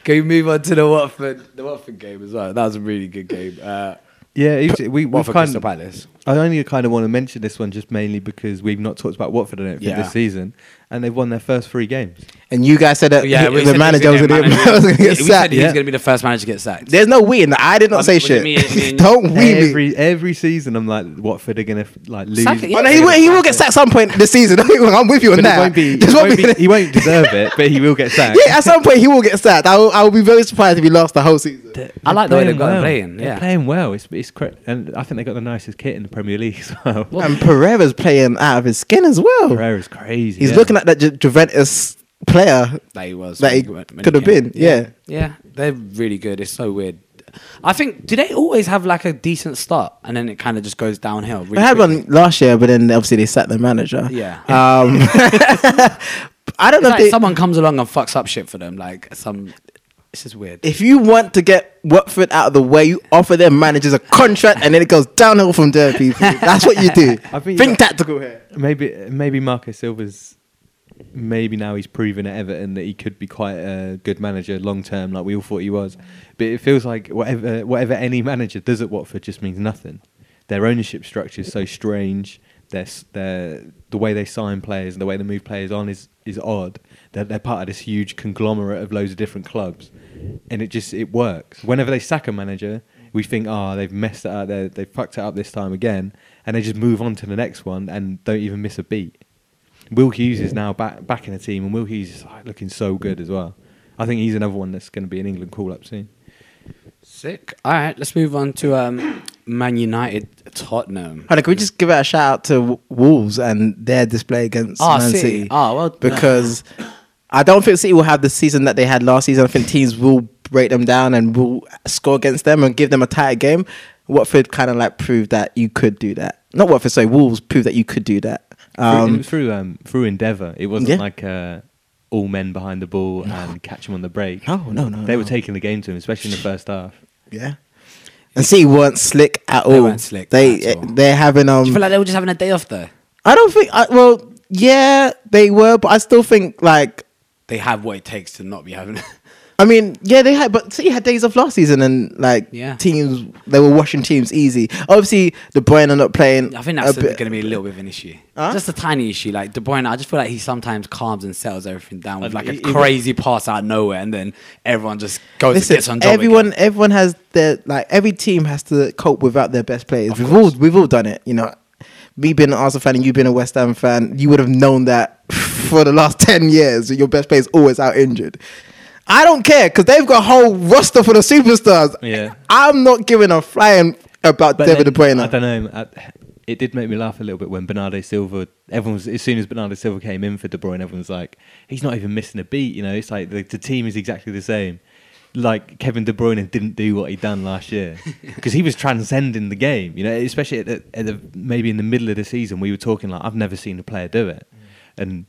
Speaker 1: Can we move on to the Watford the Watford game as well? That was a really good game. Uh,
Speaker 3: Yeah, it was- we, we've
Speaker 1: Watford
Speaker 3: kind
Speaker 1: Crystal
Speaker 3: of,
Speaker 1: Palace.
Speaker 3: I only kind of want to mention this one just mainly because we've not talked about Watford I don't think
Speaker 1: Yeah.
Speaker 3: this season, and they've won their first three games.
Speaker 2: And you guys said that
Speaker 1: Yeah,
Speaker 2: he-
Speaker 1: we
Speaker 2: the
Speaker 1: said
Speaker 2: manager was
Speaker 1: he's
Speaker 2: going
Speaker 1: gonna
Speaker 2: to
Speaker 1: get
Speaker 2: get, was gonna
Speaker 1: manager.
Speaker 2: get
Speaker 1: We said
Speaker 2: sacked.
Speaker 1: he's
Speaker 3: Yeah.
Speaker 1: going to be the first manager to get sacked.
Speaker 2: There's no we in that. I did not
Speaker 1: Um,
Speaker 2: say
Speaker 1: what do you mean, you mean-
Speaker 2: shit. Don't we me.
Speaker 3: every every season, I'm like, Watford are gonna like lose.
Speaker 1: Sack it, yeah.
Speaker 2: Oh, no, he, will, he will get sacked some point this season. I'm with you on
Speaker 3: But it
Speaker 2: that.
Speaker 3: won't be,
Speaker 2: This
Speaker 3: it
Speaker 2: won't
Speaker 3: won't
Speaker 2: be-
Speaker 3: be- he won't deserve it, but he will get sacked.
Speaker 2: yeah, at some point he will get sacked. I will, I will be very surprised if he lost the whole season.
Speaker 1: I like the way they've got
Speaker 3: well.
Speaker 1: him playing.
Speaker 3: They're
Speaker 1: Yeah.
Speaker 3: playing well. It's it's cre- and I think they got the nicest kit in the Premier League as well.
Speaker 2: And Pereira's playing out of his skin as well.
Speaker 3: Pereira's crazy.
Speaker 2: He's
Speaker 3: yeah.
Speaker 2: looking at that Ju- Juventus player
Speaker 1: That he was.
Speaker 2: that he
Speaker 1: when he
Speaker 2: could have
Speaker 1: came.
Speaker 2: been. Yeah.
Speaker 1: Yeah, they're really good. It's so weird. I think do they always have like a decent start and then it kind of just goes downhill? Really
Speaker 2: I had
Speaker 1: quickly?
Speaker 2: one last year, but then obviously they sacked the manager.
Speaker 1: Yeah.
Speaker 2: Um, I don't
Speaker 1: It's
Speaker 2: know if
Speaker 1: like
Speaker 2: they,
Speaker 1: someone comes along and fucks up shit for them. Like some, this is weird.
Speaker 2: if you want to get Watford out of the way, you offer their managers a contract, and then it goes downhill from there, people. That's what you do.
Speaker 3: I think you
Speaker 2: think
Speaker 3: got-
Speaker 2: tactical here.
Speaker 3: maybe maybe Marco Silva's maybe now he's proven at Everton that he could be quite a good manager long term, like we all thought he was. But it feels like whatever whatever any manager does at Watford just means nothing. Their ownership structure is so strange. Their s- their the way they sign players and the way they move players on is is odd. That they're part of this huge conglomerate of loads of different clubs, and it just it works. Whenever they sack a manager, we think, ah, they've messed it up. They they fucked it up this time again, and they just move on to the next one and don't even miss a beat. Will Hughes is now back back in the team, and Will Hughes is like, looking so good as well. I think he's another one that's going to be an England call up soon.
Speaker 1: Sick. All right, let's move on to um, Man United, Tottenham.
Speaker 2: Hold on, can we just give out a shout out to W- Wolves and their display against
Speaker 1: Ah,
Speaker 2: Man
Speaker 1: City.
Speaker 2: City?
Speaker 1: Ah, well done.
Speaker 2: because I don't think City will have the season that they had last season. I think teams will break them down and will score against them and give them a tighter game. Watford kind of like proved that you could do that. Not Watford, sorry, Wolves proved that you could do that.
Speaker 3: Um,
Speaker 2: Um,
Speaker 3: through through, um, through endeavour, it wasn't
Speaker 2: Yeah.
Speaker 3: like uh, all men behind the ball and catch them on the break.
Speaker 2: No, no, no,
Speaker 3: They were
Speaker 2: no.
Speaker 3: taking the game to him, especially in the first half.
Speaker 2: yeah. And City weren't slick at all.
Speaker 1: They weren't slick
Speaker 2: They
Speaker 1: at all.
Speaker 2: they're having um.
Speaker 1: Do you feel like they were just having a day off though?
Speaker 2: I don't think. I, well, yeah, they were, but I still think like.
Speaker 1: They have what it takes to not be having.
Speaker 2: I mean, yeah, they had, but City had days off last season, and like
Speaker 1: Yeah.
Speaker 2: teams, they were washing teams easy. Obviously, De Bruyne are not playing.
Speaker 1: I think that's
Speaker 2: a bit-
Speaker 1: going to be a little bit of an issue.
Speaker 2: Huh?
Speaker 1: Just a tiny issue. Like De Bruyne, I just feel like he sometimes calms and settles everything down with
Speaker 3: Uh,
Speaker 1: like
Speaker 3: he-
Speaker 1: a
Speaker 3: he-
Speaker 1: crazy pass out of nowhere, and then everyone just goes and gets on
Speaker 2: Listen,
Speaker 1: job.
Speaker 2: everyone,
Speaker 1: again.
Speaker 2: everyone has their like every team has to cope without their best players. we've all we've all done it, you know. Me being an Arsenal fan and you being a West Ham fan, you would have known that for the last ten years, your best player is always out injured. I don't care because they've got a whole roster for the superstars.
Speaker 3: Yeah.
Speaker 2: I'm not giving a flying about
Speaker 3: then,
Speaker 2: David De Bruyne.
Speaker 3: I don't know. I, it did make me laugh a little bit when Bernardo Silva. Everyone was, as soon as Bernardo Silva came in for De Bruyne, everyone was like, "He's not even missing a beat." You know, it's like the, the team is exactly the same. Like Kevin De Bruyne didn't do what he'd done last year because he was transcending the game. You know, especially at the, at the maybe in the middle of the season, we were talking like, "I've never seen a player do it,"
Speaker 2: Mm.
Speaker 3: and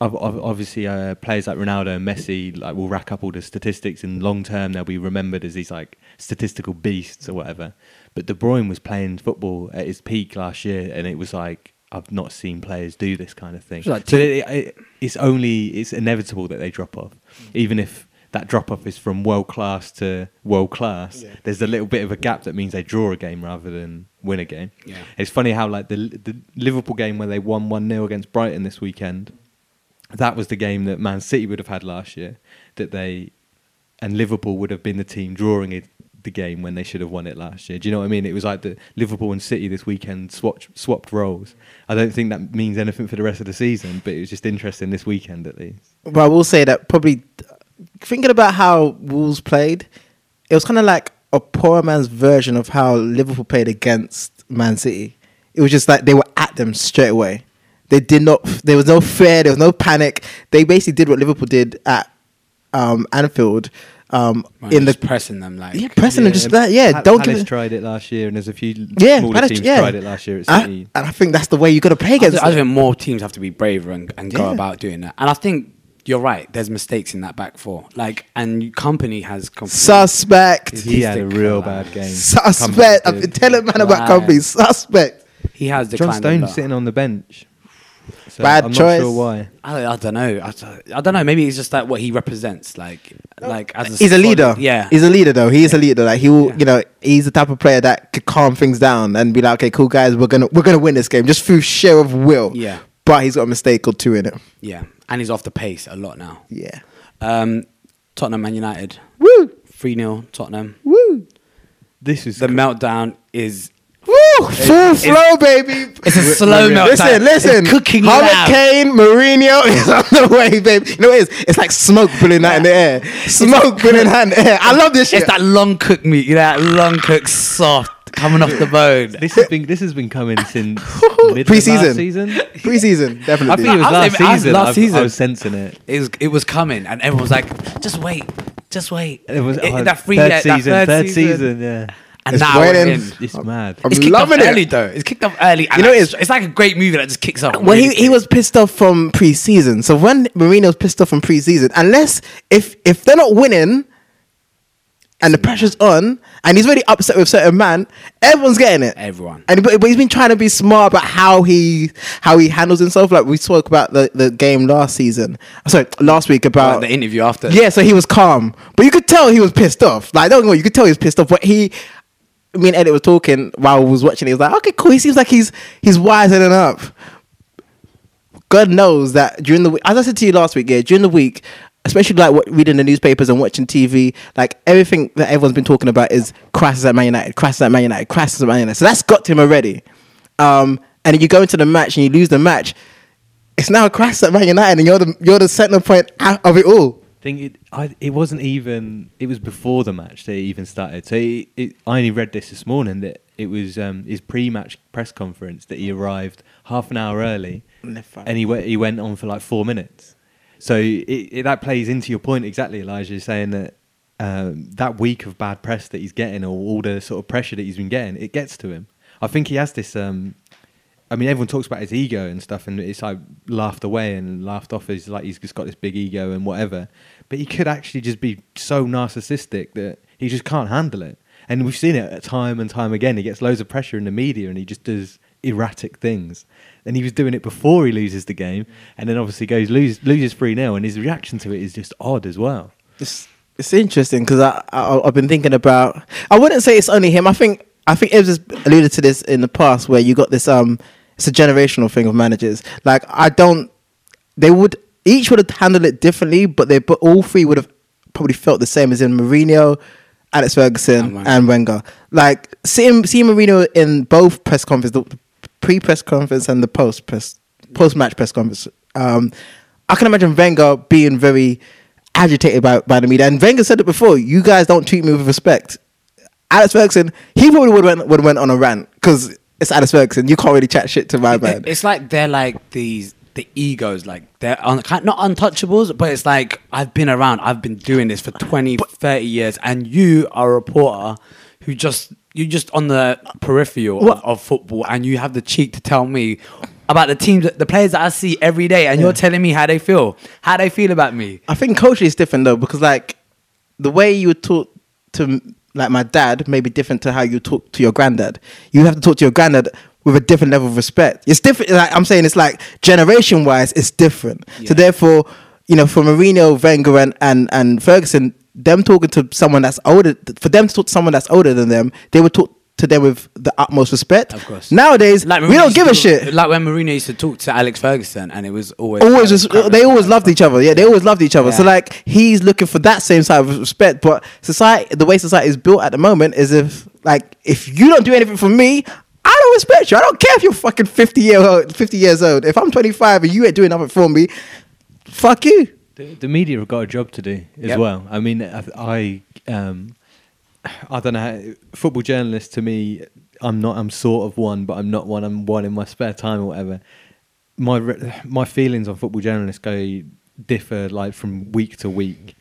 Speaker 3: ob- ob- obviously uh, players like Ronaldo and Messi like will rack up all the statistics and long term they'll be remembered as these like statistical beasts or whatever. But De Bruyne was playing football at his peak last year, and it was like I've not seen players do this kind of thing.
Speaker 1: It was like
Speaker 3: so it, it, it's only it's inevitable that they drop off,
Speaker 1: Mm.
Speaker 3: even if that drop off is from world class to world class. There's a little bit of a gap that means they draw a game rather than win a game.
Speaker 1: Yeah.
Speaker 3: It's funny how like the the Liverpool game where they won one 0 against Brighton this weekend that was the game that Man City would have had last year. That they and Liverpool would have been the team drawing it the game when they should have won it last year. Do you know what I mean? It was like the Liverpool and City this weekend swapped swapped roles. I don't think that means anything for the rest of the season, but it was just interesting this weekend at least.
Speaker 2: But I will say that probably thinking about how Wolves played, it was kind of like a poor man's version of how Liverpool played against Man City. It was just like they were at them straight away. They did not. There was no fear. There was no panic. They basically did what Liverpool did at um, Anfield um,
Speaker 1: Right,
Speaker 2: in the
Speaker 1: just pressing them like
Speaker 2: yeah, pressing them just that. Yeah,
Speaker 3: Pal-
Speaker 2: don't
Speaker 3: Palace
Speaker 2: give. it-
Speaker 3: tried it last year, and there's a few
Speaker 2: Yeah,
Speaker 3: smaller
Speaker 2: Palace-
Speaker 3: teams
Speaker 2: yeah. Ah.
Speaker 3: tried it last year at
Speaker 2: I-
Speaker 3: City.
Speaker 2: and I think that's the way you got to play
Speaker 1: I
Speaker 2: against.
Speaker 1: just- I just think more teams have to be braver and, and go
Speaker 2: Yeah.
Speaker 1: about doing that. And I think you're right. There's mistakes in that back four. Like, and company has completely.
Speaker 2: suspect.
Speaker 1: Is
Speaker 3: he had a
Speaker 1: He's the
Speaker 3: real
Speaker 1: colour.
Speaker 3: bad game.
Speaker 2: Suspect. I've
Speaker 3: Company
Speaker 2: been
Speaker 3: did.
Speaker 2: telling man
Speaker 1: Wow.
Speaker 2: about company. Suspect.
Speaker 1: he has
Speaker 3: John
Speaker 1: declined. a
Speaker 3: Stone's
Speaker 1: lot.
Speaker 3: sitting on the bench. So
Speaker 2: Bad
Speaker 3: I'm
Speaker 2: choice.
Speaker 3: not sure why.
Speaker 1: I, I don't know. I, don't- I don't know. Maybe it's just like what he represents. Like, like as a
Speaker 2: he's a
Speaker 1: solid-
Speaker 2: leader.
Speaker 1: Yeah,
Speaker 2: he's a leader though. He is a leader. Like he will,
Speaker 1: Yeah.
Speaker 2: you know, he's the type of player that could calm things down and be like, okay, cool guys, we're gonna we're gonna win this game just through sheer of will.
Speaker 1: Yeah.
Speaker 2: but he's got a mistake or two in it.
Speaker 1: Yeah, and he's off the pace a lot now.
Speaker 2: Yeah.
Speaker 1: Um, Tottenham Man United
Speaker 2: Woo!
Speaker 1: three 0 Tottenham.
Speaker 2: Woo!
Speaker 3: This is
Speaker 1: The meltdown is
Speaker 2: Woo! Full flow, baby.
Speaker 1: it's a slow
Speaker 3: we're-
Speaker 1: meltdown.
Speaker 2: Listen, listen.
Speaker 1: It's cooking loud.
Speaker 2: Hurricane Mourinho is on the way, baby. You know what it is? It's like smoke billowing out in the air. Smoke billowing out in the air. I love this shit.
Speaker 1: It's that long cook meat. You know, that long cook soft coming off the bone.
Speaker 3: this has been this has been coming since mid
Speaker 2: Pre-season.
Speaker 3: season.
Speaker 2: Preseason, definitely.
Speaker 3: I think it was
Speaker 1: I was
Speaker 3: last
Speaker 1: even- I was
Speaker 3: season.
Speaker 1: last
Speaker 3: I've- I
Speaker 1: season.
Speaker 3: was sensing it.
Speaker 1: It was it was coming, and everyone was like, "Just wait, just wait."
Speaker 3: It was oh,
Speaker 1: that free
Speaker 3: third
Speaker 1: that
Speaker 3: season.
Speaker 1: third, season,
Speaker 3: yeah.
Speaker 1: and
Speaker 2: It's
Speaker 1: now we're
Speaker 2: waiting.
Speaker 1: in.
Speaker 3: It's mad.
Speaker 2: I'm
Speaker 1: It's kicked off
Speaker 2: loving it.
Speaker 1: early though. It's kicked off early. And
Speaker 2: You know,
Speaker 1: like,
Speaker 2: it's-
Speaker 1: it's like a great movie that just kicks off.
Speaker 2: Well, he,
Speaker 1: really
Speaker 2: he was pissed off from preseason. So when Mourinho's pissed off from preseason, unless if if they're not winning and the pressure's on, and he's really upset with certain man, everyone's getting it.
Speaker 1: Everyone.
Speaker 2: And but, but he's been trying to be smart about how he how he handles himself. Like we spoke about the, the game last season. Sorry, last week
Speaker 1: Like,
Speaker 2: about
Speaker 1: Uh, the interview after.
Speaker 2: yeah, so he was calm, but you could tell he was pissed off. Like, don't know, you could tell he was pissed off. But he, me and Eddie was talking while I was watching. He was like, "Okay, cool. He seems like he's he's wising up." God knows that during the week, as I said to you last week, yeah, during the week, especially like what, reading the newspapers and watching TV, like everything that everyone's been talking about is crisis at Man United, crisis at Man United, crisis at Man United. So that's got to him already. Um, and then you go into the match and you lose the match. It's now a crisis at Man United, and you're the you're the center point out of it all.
Speaker 3: think it, I, it wasn't even it was before the match they even started so it, it, i only read this this morning that it was um, his pre-match press conference that he arrived half an hour early
Speaker 2: Left back.
Speaker 3: and he, went he went on for like four minutes so it, it, that plays into your point exactly elijah you're saying that um, that week of bad press that he's getting or all the sort of pressure that he's been getting it gets to him i think he has this um, I mean, everyone talks about his ego and stuff, and it's like laughed away and laughed off as like he's just got this big ego and whatever. But he could actually just be so narcissistic that he just can't handle it. And we've seen it time and time again. He gets loads of pressure in the media and he just does erratic things. And he was doing it before he loses the game, and then obviously goes lose, loses 3 0, and his reaction to it is just odd as well.
Speaker 2: it's it's interesting because I, I I've been thinking about. I wouldn't say it's only him. I think I think Ibs has alluded to this in the past where you got this um. It's a generational thing of managers. Like I don't. They would each would have handled it differently, but they but all three would have probably felt the same as in Mourinho, Alex Ferguson,
Speaker 1: And Wenger.
Speaker 2: and Wenger. Like seeing seeing Mourinho in both press conference, the pre press conference and the post press post match press conference. Um, I can imagine Wenger being very agitated by, by the media. And Wenger said it before: "You guys don't treat me with respect." Alex Ferguson, he probably would went would went on a rant because it's Alex Ferguson. You can't really chat shit to my
Speaker 1: It-
Speaker 2: man.
Speaker 1: It's like they're like these the egos like they're un, kind- not untouchables but it's like I've been around I've been doing this for 20 30 years and you are a reporter who just you're just on the peripheral of,
Speaker 2: What?
Speaker 1: of football and you have the cheek to tell me about the teams that- the players that I see every day and you're telling me how they feel how they feel about me
Speaker 2: I think culturally it's different though because like the way you would talk to like my dad may be different to how you talk to your granddad. You have to talk to your granddad with a different level of respect. It's different. Like I'm saying, it's like generation wise, it's different. So
Speaker 1: Yeah.
Speaker 2: therefore, you know, for Mourinho, Wenger, and, and and Ferguson, them talking to someone that's older, for them to talk to someone that's older than them, they would talk to them with the utmost respect.
Speaker 1: Of course.
Speaker 2: Nowadays,
Speaker 1: like
Speaker 2: we
Speaker 1: Mourinho
Speaker 2: don't
Speaker 1: used to
Speaker 2: give a
Speaker 1: talk-
Speaker 2: shit
Speaker 1: like when Mourinho used to talk to Alex Ferguson and it was always like,
Speaker 2: always was,
Speaker 1: quite
Speaker 2: they always
Speaker 1: respectful.
Speaker 2: loved each other. Yeah, they always loved each other. So
Speaker 1: Yeah.
Speaker 2: like he's looking for that same side of respect, but society, the way society is built at the moment is if like if you don't do anything for me, I don't respect you. I don't care if you're fucking fifty year old, fifty years old. If I'm twenty five and you ain't doing nothing for me, fuck you.
Speaker 3: The, the media have got a job to do as
Speaker 1: Yep.
Speaker 3: well. I mean, I, I, um, I don't know. how- Football journalist to me, I'm not. I'm sort of one, but I'm not one. I'm one in my spare time or whatever. My re- my feelings on football journalists go differ like from week to week.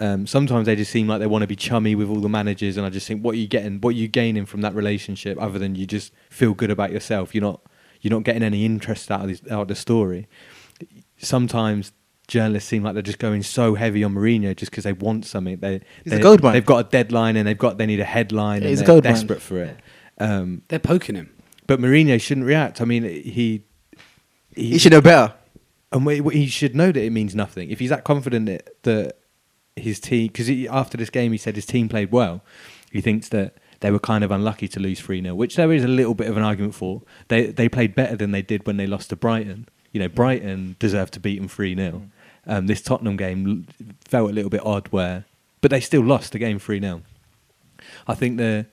Speaker 3: Um, sometimes they just seem like they want to be chummy with all the managers, and I just think, what are you getting? What are you gaining from that relationship other than you just feel good about yourself? You're not you're not getting any interest out of, this, out of the story sometimes journalists seem like they're just going so heavy on Mourinho just because they want something. They,
Speaker 2: He's
Speaker 3: they
Speaker 2: a goldmine.
Speaker 3: They've got a deadline and they've got they need a headline.
Speaker 2: He's a
Speaker 3: and they're
Speaker 2: goldmine.
Speaker 3: desperate for it. Um,
Speaker 1: they're poking him
Speaker 3: but Mourinho shouldn't react. I mean, he he,
Speaker 2: You should know better.
Speaker 3: and we, we- he should know that it means nothing. If he's that confident that, that his team, because after this game he said his team played well, he thinks that they were kind of unlucky to lose 3 0, which there is a little bit of an argument for. They, they played better than they did when they lost to Brighton. You know, Brighton deserved to beat them 3 0. Um, this Tottenham game l- felt a little bit odd, where, but they still lost the game 3 0. I think the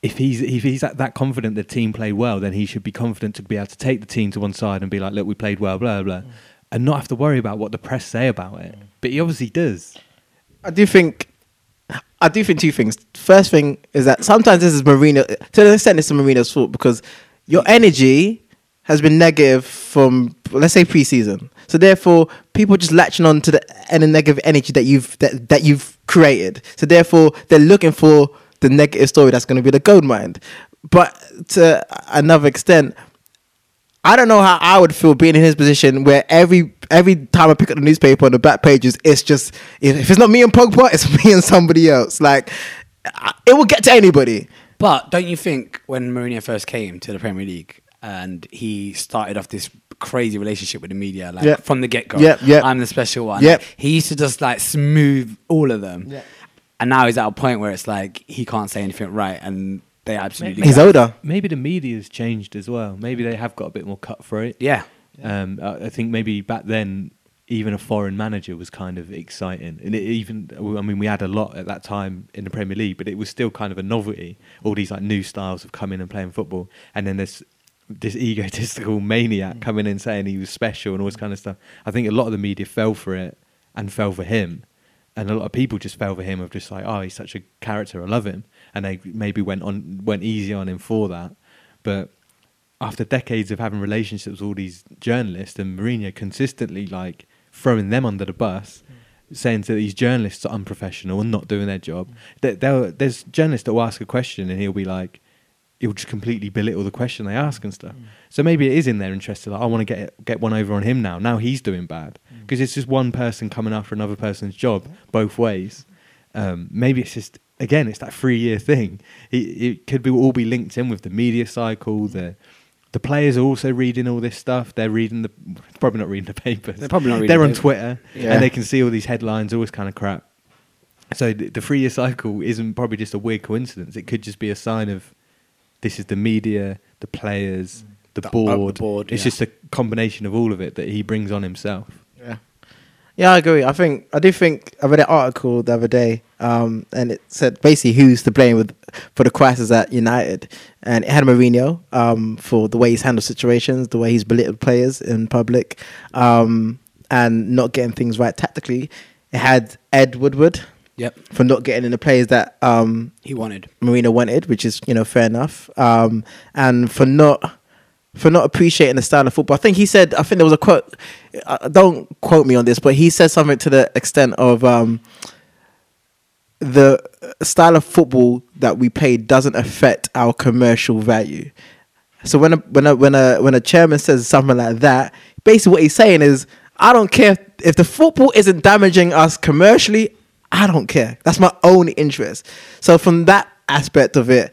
Speaker 3: if he's if he's that, that confident the team play well, then he should be confident to be able to take the team to one side and be like, look, we played well, blah blah, and not have to worry about what the press say about it. But he obviously does.
Speaker 2: I do think, I do think two things. First thing is that sometimes this is Marino. To an extent, it's Marino's fault because your energy has been negative from let's say preseason. So therefore, people just latching on to the any negative energy that you've that, that you've created. So therefore, they're looking for the negative story that's going to be the gold mine. But to another extent, I don't know how I would feel being in his position where every every time I pick up the newspaper on the back pages, it's just if it's not me and Pogba, it's me and somebody else. Like I- it will get to anybody.
Speaker 1: But don't you think when Mourinho first came to the Premier League and he started off this crazy relationship with the media, like
Speaker 2: Yeah.
Speaker 1: from the get go,
Speaker 2: Yeah, yeah.
Speaker 1: I'm the special one.
Speaker 2: Yeah.
Speaker 1: He used to just like smooth all of them.
Speaker 2: Yeah.
Speaker 1: And now he's at a point where it's like he can't say anything right and they absolutely.
Speaker 2: He's older.
Speaker 3: Maybe the media's changed as well. Maybe they have got a bit more cutthroat.
Speaker 1: Yeah.
Speaker 3: Um, I I think maybe back then, even a foreign manager was kind of exciting, and it even I mean we had a lot at that time in the Premier League, but it was still kind of a novelty. All these like new styles of coming and playing football, and then this this egotistical maniac coming in saying he was special and all this kind of stuff. I think a lot of the media fell for it and fell for him. And a lot of people just fell for him of just like, oh, he's such a character, I love him, and they maybe went on went easy on him for that. But after decades of having relationships with all these journalists and Mourinho consistently like throwing them under the bus, saying that these journalists are unprofessional and not doing their job. That they'll There's journalists that will ask a question and he'll be like, he'll just completely belittle the question they ask and stuff. So maybe it is in their interest to like, I want to get get one over on him now. Now he's doing bad because it's just one person coming after another person's job both ways. Um, maybe it's just again, it's that three year thing. It, it could be all be linked in with the media cycle. The the players are also reading all this stuff. They're reading the probably not reading the papers.
Speaker 1: They're probably not reading
Speaker 3: They're on
Speaker 1: the papers.
Speaker 3: Twitter
Speaker 2: Yeah.
Speaker 3: and they can see all these headlines, all this kind of crap. So th- the three year cycle isn't probably just a weird coincidence. It could just be a sign of this is the media, the players, the,
Speaker 1: The- uh, the
Speaker 3: board.
Speaker 1: board,
Speaker 3: It's
Speaker 1: yeah.
Speaker 3: just a combination of all of it that he brings on himself.
Speaker 2: Yeah. Yeah, I agree. I think I do think I read an article the other day, um, and it said basically who's to blame with for the crisis at United, and it had Mourinho um, for the way he's handled situations, the way he's belittled players in public, um, and not getting things right tactically. It had Ed Woodward
Speaker 1: Yep.
Speaker 2: for not getting in the players that um,
Speaker 1: He wanted.
Speaker 2: Marina wanted, which is you know fair enough, um, and for not for not appreciating the style of football. I think he said, I think there was a quote. Uh, don't quote me on this, but he said something to the extent of um, the style of football that we play doesn't affect our commercial value. So when a when a when a when a chairman says something like that, basically what he's saying is, I don't care if the football isn't damaging us commercially. I don't care. That's my own interest. So from that aspect of it,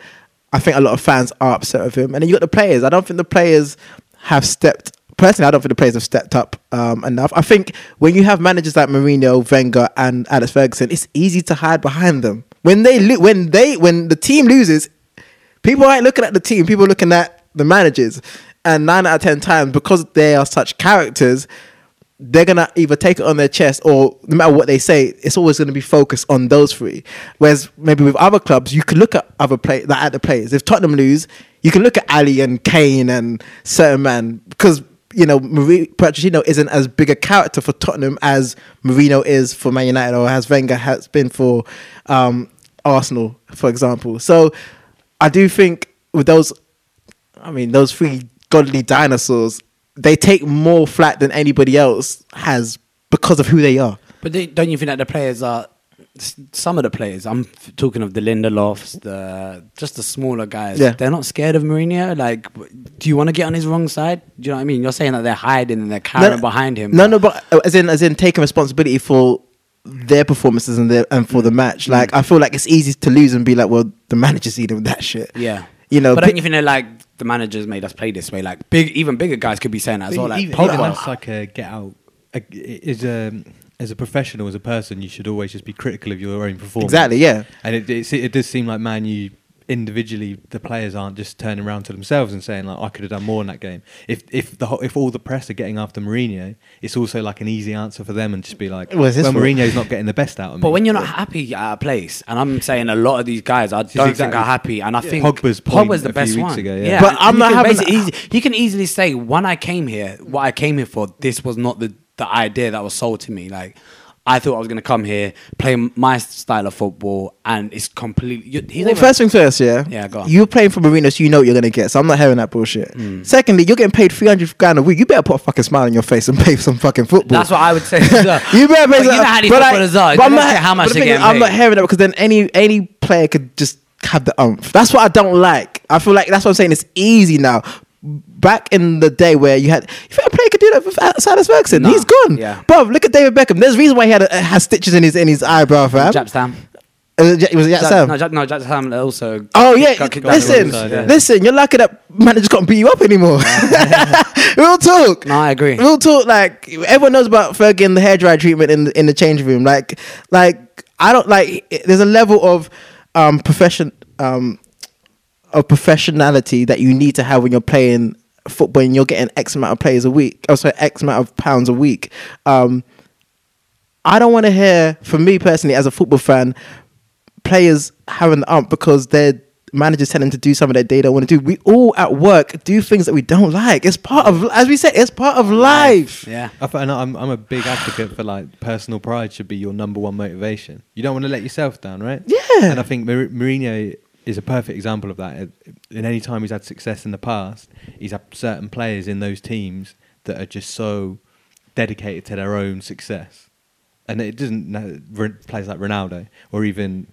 Speaker 2: I think a lot of fans are upset with him. And then you got the players. I don't think the players have stepped. Personally, I don't think the players have stepped up um, enough. I think when you have managers like Mourinho, Wenger, and Alex Ferguson, it's easy to hide behind them. When they lo- when they when the team loses, people aren't looking at the team, people are looking at the managers. And nine out of ten times, because they are such characters, they're gonna either take it on their chest or no matter what they say, it's always gonna be focused on those three. Whereas maybe with other clubs, you can look at other play like at the players. If Tottenham lose, you can look at Ali and Kane and certain man because you know Marie Pochettino isn't as big a character for Tottenham as Marino is for Man United or as Wenger has been for um, Arsenal, for example. So I do think with those, I mean, those three godly dinosaurs, they take more flat than anybody else has because of who they are.
Speaker 1: But they, don't you think that the players are s- some of the players? I'm f- talking of the Lindelofs, the just the smaller guys.
Speaker 2: Yeah.
Speaker 1: they're not scared of Mourinho. Like, w- do you want to get on his wrong side? Do you know what I mean? You're saying that they're hiding and they're carrying behind him.
Speaker 2: No, no, but uh, as in, as in taking responsibility for their performances and their and for
Speaker 1: Mm.
Speaker 2: the match. Like, I feel like it's easy to lose and be like, well, the manager's eating with that shit.
Speaker 1: Yeah.
Speaker 2: you know,
Speaker 1: but
Speaker 2: pe-
Speaker 1: don't you think they're like the managers made us play this way? Like big, even bigger guys could be saying that as well. Like
Speaker 3: even,
Speaker 1: Pogba.
Speaker 3: even that's like a get out. A, is a, as a professional, as a person, you should always just be critical of your own performance.
Speaker 2: exactly. Yeah,
Speaker 3: And it, it's, it does seem like Man U individually the players aren't just turning around to themselves and saying like I could have done more in that game. If if the whole, if all the press are getting after Mourinho, it's also like an easy answer for them and just be like,
Speaker 2: Well,
Speaker 3: well,
Speaker 2: it's his fault."
Speaker 3: Mourinho's not getting the best out of me.
Speaker 1: But when you're not happy at a place, and I'm saying a lot of these guys, I
Speaker 3: is
Speaker 1: don't think
Speaker 3: exactly-
Speaker 1: are happy, and I think
Speaker 3: Pogba's point
Speaker 1: Pogba's the
Speaker 3: a few
Speaker 1: best
Speaker 3: weeks
Speaker 1: one.
Speaker 3: ago, yeah.
Speaker 1: yeah,
Speaker 2: But
Speaker 1: and
Speaker 2: I'm
Speaker 1: you
Speaker 2: not
Speaker 1: can
Speaker 2: having-
Speaker 1: basi- easy, you can easily say when I came here, what I came here for, this was not the the idea that was sold to me. Like I thought I was going to come here, play my style of football, and it's completely. You, he's
Speaker 2: Well,
Speaker 1: even-
Speaker 2: first things first, yeah.
Speaker 1: Yeah, go on. Mm.
Speaker 2: You're playing for Marino, so you know what you're gonna get. So I'm not hearing that bullshit. Secondly, you're getting paid 300 grand a week. You better put a fucking smile on your face and play some fucking football.
Speaker 1: that's what I would say. as well.
Speaker 2: you better
Speaker 1: But
Speaker 2: pay.
Speaker 1: you know how these
Speaker 2: but I-
Speaker 1: footballers are.
Speaker 2: but
Speaker 1: They don't care how
Speaker 2: but
Speaker 1: much
Speaker 2: the
Speaker 1: they're
Speaker 2: thing is,
Speaker 1: getting
Speaker 2: I'm not
Speaker 1: paid.
Speaker 2: hearing that because then any any player could just have the umph. That's what I don't like. I feel like that's what I'm saying. It's easy now. Back in the day where you had, if a player could do that for Silas Ferguson,
Speaker 1: Nah,
Speaker 2: he's gone.
Speaker 1: yeah.
Speaker 2: bro. Look at David Beckham. There's a reason why he had a, has stitches in his in his eyebrow, fam.
Speaker 1: Japs down.
Speaker 2: Uh, J- was it Jack
Speaker 1: Jack-
Speaker 2: Sam?
Speaker 1: No, Jack, no, Jack Sam also.
Speaker 2: Oh yeah,
Speaker 1: got kicked out of the
Speaker 2: listen,
Speaker 1: alongside, yeah.
Speaker 2: listen. You're lucky that manager's can't beat you up anymore. Real talk.
Speaker 1: No, I agree.
Speaker 2: Real talk. Like everyone knows about Fergie and the hairdryer treatment in the, in the change room. Like, like I don't like. it- There's a level of um profession um of professionality that you need to have when you're playing football and you're getting X amount of players a week. Oh, sorry, X amount of pounds a week. Um, I don't want to hear, for me personally, as a football fan, players having the ump because their managers telling them to do something that they don't want to do. We all at work do things that we don't like. It's part of, as we said, it's part of life.
Speaker 1: Yeah.
Speaker 3: I fi- and I'm, I'm a big advocate for like personal pride should be your number one motivation. You don't want to let yourself down, right?
Speaker 2: Yeah.
Speaker 3: And I think Mar- Mourinho is a perfect example of that. In any time he's had success in the past, he's had certain players in those teams that are just so dedicated to their own success. And it doesn't no, Ren- players like Ronaldo or even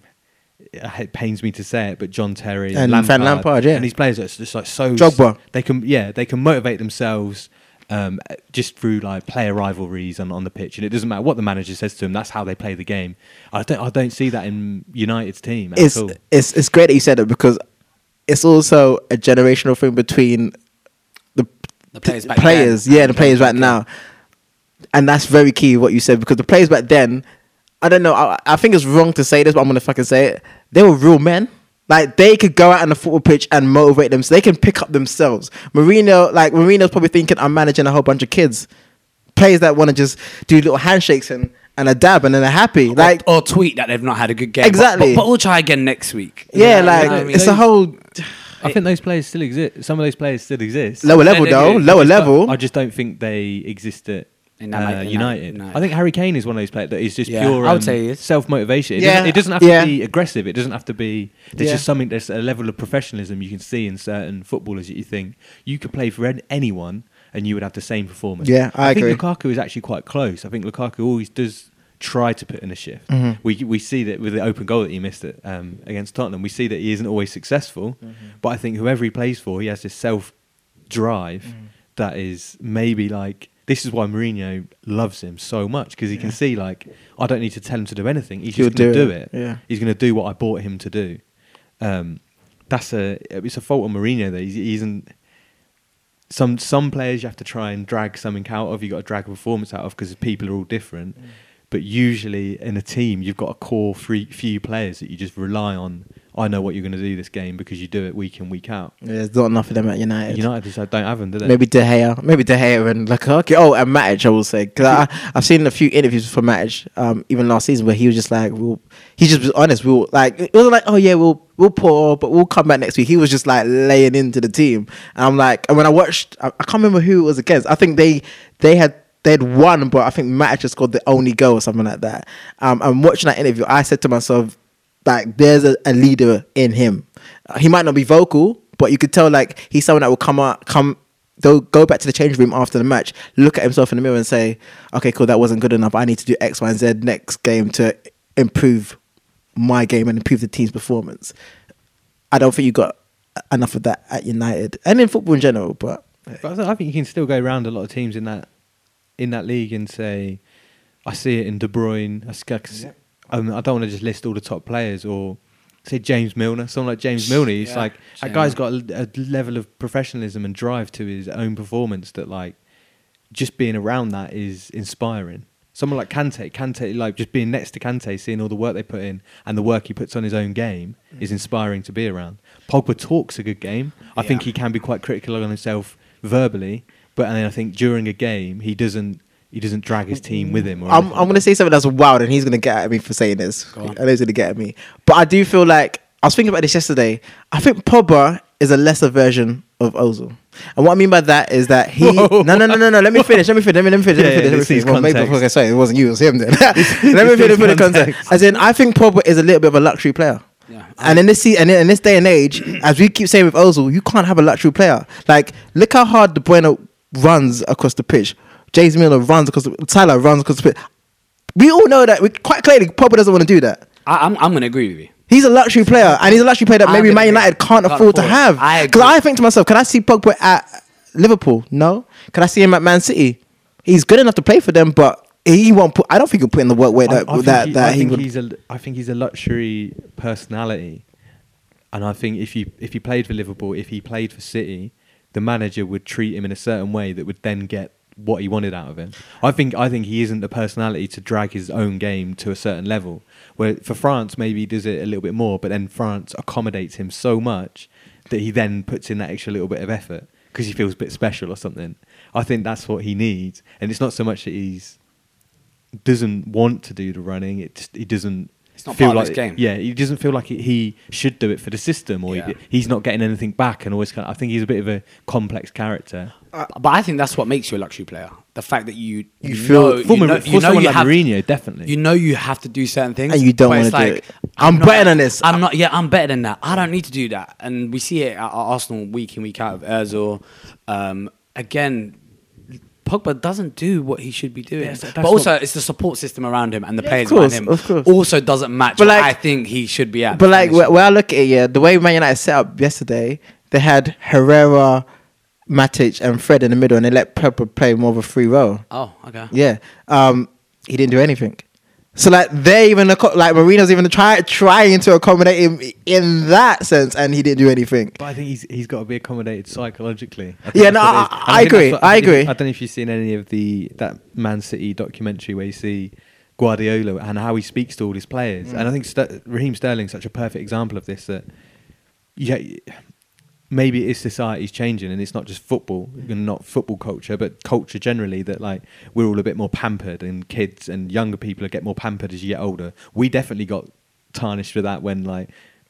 Speaker 3: it pains me to say it, but John Terry
Speaker 2: And Van Lampard, yeah.
Speaker 3: and these players are just like so
Speaker 2: Drogba.
Speaker 3: they can yeah they can motivate themselves um, just through like player rivalries and on the pitch and it doesn't matter what the manager says to them that's how they play the game i don't i don't see that in united's team at
Speaker 2: it's,
Speaker 3: all
Speaker 2: it's it's great that you said it because it's also a generational thing between the,
Speaker 1: The players back
Speaker 2: players,
Speaker 1: then.
Speaker 2: yeah, the players right now, and that's very key what you said because the players back then, I don't know, I, I think it's wrong to say this, but I'm gonna fucking say it. They were real men. Like they could go out on the football pitch and motivate them, so they can pick up themselves. Marino, like Marino's probably thinking, I'm managing a whole bunch of kids, players that want to just do little handshakes and, and a dab and then they're happy. Like
Speaker 1: or, or tweet that they've not had a good game. But-
Speaker 2: Exactly.
Speaker 1: But, but we'll try again next week. You
Speaker 2: yeah,
Speaker 1: know what I
Speaker 2: like
Speaker 1: mean?
Speaker 2: it's a whole
Speaker 3: i think those players still exist some of those players still exist
Speaker 2: lower level
Speaker 1: they
Speaker 2: though,
Speaker 1: do.
Speaker 2: lower
Speaker 3: I just don't-
Speaker 2: level.
Speaker 3: i just don't think they exist at
Speaker 1: In that- in
Speaker 3: uh,
Speaker 1: that-
Speaker 3: United.
Speaker 1: no.
Speaker 3: I think Harry Kane is one of those players that is just
Speaker 1: Yeah,
Speaker 3: pure
Speaker 1: I would
Speaker 3: um,
Speaker 1: say he is.
Speaker 3: self-motivation. It,
Speaker 2: Yeah,
Speaker 3: doesn't, it doesn't have to
Speaker 2: yeah.
Speaker 3: be aggressive. It doesn't have to be. There's
Speaker 2: Yeah.
Speaker 3: just something. There's a level of professionalism you can see in certain footballers that you think you could play for an- anyone and you would have the same performance.
Speaker 2: Yeah, I agree.
Speaker 3: think Lukaku is actually quite close. I think Lukaku always does try to put in a shift.
Speaker 2: Mm-hmm.
Speaker 3: We we see that with the open goal that he missed at, um, against Tottenham. We see that he isn't always successful,
Speaker 2: Mm-hmm.
Speaker 3: but I think whoever he plays for, he has this self drive
Speaker 2: Mm-hmm.
Speaker 3: that is maybe like this is why Mourinho loves him so much because he can see like I don't need to tell him to do anything. He's
Speaker 2: He'll
Speaker 3: just going
Speaker 2: do
Speaker 3: to do
Speaker 2: it,
Speaker 3: it.
Speaker 2: yeah.
Speaker 3: He's going to do what I bought him to do. Um, that's a it's a fault on Mourinho that he's, he isn't. Some some players you have to try and drag something out of. You got to drag a performance out of because people are all different.
Speaker 2: Mm.
Speaker 3: But usually in a team, you've got a core three, few players that you just rely on. I know what you're going to do this game because you do it week in week out.
Speaker 2: Yeah, There's not enough of them at United.
Speaker 3: United just don't have them, do they?
Speaker 2: Maybe De Gea, maybe De Gea and Lukaku. Oh, and Matic, I will say, because I've seen a few interviews for Matic, um, even last season, where he was just like, "We'll," he just was honest. We'll like, it wasn't like, "Oh yeah, we'll we'll pour, but we'll come back next week." He was just like laying into the team, and I'm like, and when I watched, I, I can't remember who it was against. I think they they had they'd won, but I think Matic just scored the only goal or something like that. Um, and watching that interview, I said to myself, like there's a, a leader in him. Uh, he might not be vocal, but you could tell like he's someone that will come out, come, they'll go back to the change room after the match, look at himself in the mirror and say, okay, cool, that wasn't good enough. I need to do X, Y, and Z next game to improve my game and improve the team's performance. I don't think you got enough of that at United and in football in general, but
Speaker 3: But I th- I think you can still go around a lot of teams in that in that league and say, I see it in De Bruyne. I, s- I can s- um, I don't want to just list all the top players or say James Milner. Someone like James Milner, it's
Speaker 1: Yeah.
Speaker 3: like that
Speaker 1: Same.
Speaker 3: guy's got a, a level of professionalism and drive to his own performance that like just being around that is inspiring. Someone like Kante, Kante, like just being next to Kante, seeing all the work they put in and the work he puts on his own game is inspiring to be around. Pogba talks a good game. I think
Speaker 1: Yeah.
Speaker 3: he can be quite critical on himself verbally, but and then I think during a game he doesn't he doesn't drag his team with him. Or
Speaker 2: I'm,
Speaker 3: anything.
Speaker 2: I'm going to say something that's wild, and he's going to get at me for saying this. I
Speaker 1: on.
Speaker 2: know he's going to get at me. But I do feel like, I was thinking about this yesterday. I think Pogba is a lesser version of Ozil. And what I mean by that is that he.
Speaker 3: Whoa.
Speaker 2: No, no, no, no, no. Let me finish. Let me finish. Let me, let me
Speaker 3: Yeah,
Speaker 2: finish. let me
Speaker 3: yeah, this
Speaker 2: finish. let me
Speaker 3: is
Speaker 2: finish. Well, maybe,
Speaker 3: context.
Speaker 2: okay, sorry, it wasn't you, it was him then. let me
Speaker 3: is
Speaker 2: finish for the
Speaker 3: context.
Speaker 2: context. As in, I think Pogba is a little bit of a luxury player.
Speaker 1: Yeah.
Speaker 2: And in this se- and in in this day and age, as we keep saying with Ozil, you can't have a luxury player. Like, look how hard De Bruyne runs across the pitch. James Miller runs across the Tyler runs across the pitch. We all know that. We quite clearly, Pogba doesn't want to do that.
Speaker 1: I, I'm, I'm going to agree with you.
Speaker 2: He's a luxury player, and he's a luxury player that
Speaker 1: I
Speaker 2: maybe
Speaker 1: agree.
Speaker 2: Man United
Speaker 1: Can't
Speaker 2: can't, afford to
Speaker 1: afford.
Speaker 2: have.
Speaker 1: I
Speaker 2: Because
Speaker 1: agree.
Speaker 2: I think to myself, can I see Pogba at Liverpool? No. Can I see him at Man City? He's good enough to play for them, but he won't put. I don't think he'll put in the work where that
Speaker 3: I, I
Speaker 2: that,
Speaker 3: think, he,
Speaker 2: that
Speaker 3: I
Speaker 2: he
Speaker 3: think
Speaker 2: would.
Speaker 3: he's a I think he's a luxury personality, and I think if you if he played for Liverpool, if he played for City, the manager would treat him in a certain way that would then get what he wanted out of him. I think I think he isn't the personality to drag his own game to a certain level. Where for France maybe he does it a little bit more, but then France accommodates him so much that he then puts in that extra little bit of effort because he feels a bit special or something. I think that's what he needs, and it's not so much that he's doesn't want to do the running. It just, he doesn't.
Speaker 1: It's not
Speaker 3: feel
Speaker 1: part of
Speaker 3: like
Speaker 1: his game.
Speaker 3: Yeah, he doesn't feel like he, he should do it for the system, or he-
Speaker 1: Yeah.
Speaker 3: he's not getting anything back, and always kind. Of, I think he's a bit of a complex character.
Speaker 1: but I think that's what makes you a luxury player. The fact that you you,
Speaker 2: feel-
Speaker 1: know, you
Speaker 3: Former-
Speaker 1: know,
Speaker 3: for
Speaker 1: you, know
Speaker 3: someone
Speaker 1: you
Speaker 3: like
Speaker 1: have
Speaker 3: Mourinho, definitely.
Speaker 1: you know you have to do certain things
Speaker 2: And you don't
Speaker 1: but it's
Speaker 2: wanna do
Speaker 1: like,
Speaker 2: it. I'm
Speaker 1: not-
Speaker 2: better than this.
Speaker 1: I'm not. Yeah, I'm better than that. I don't need to do that. And we see it at Arsenal week in week out of Özil. Um, again. Pogba doesn't do what he should be doing,
Speaker 3: Yeah, so that's
Speaker 1: but also it's the support system around him and the players
Speaker 2: course,
Speaker 1: around him.
Speaker 2: of course.
Speaker 1: Also, doesn't match.
Speaker 2: But
Speaker 1: what
Speaker 2: like-
Speaker 1: I think he should be at.
Speaker 2: But like where, where I look at it, yeah, the way Man United set up yesterday, they had Herrera, Matic, and Fred in the middle, and they let Pepper play more of a free role.
Speaker 1: oh, okay.
Speaker 2: Yeah, um, he didn't do anything. So like they even acco- like Marino's even try, trying to accommodate him in that sense, and he didn't do anything.
Speaker 3: But I think he's he's got to be accommodated psychologically. I think
Speaker 2: Yeah,
Speaker 3: that's
Speaker 2: no,
Speaker 3: what it is.
Speaker 2: I-
Speaker 3: And
Speaker 2: I
Speaker 3: think that's
Speaker 2: agree,
Speaker 3: what-
Speaker 2: I
Speaker 3: think-
Speaker 2: agree.
Speaker 3: I don't know if you've seen any of the that Man City documentary where you see Guardiola and how he speaks to all his players,
Speaker 1: Mm.
Speaker 3: and I think Ster- Raheem Sterling's such a perfect example of this. That yeah, maybe it is society's changing, and it's not just football and not football culture, but culture generally. That like we're all a bit more pampered, and kids and younger people get more pampered as you get older. We definitely got tarnished with that when like.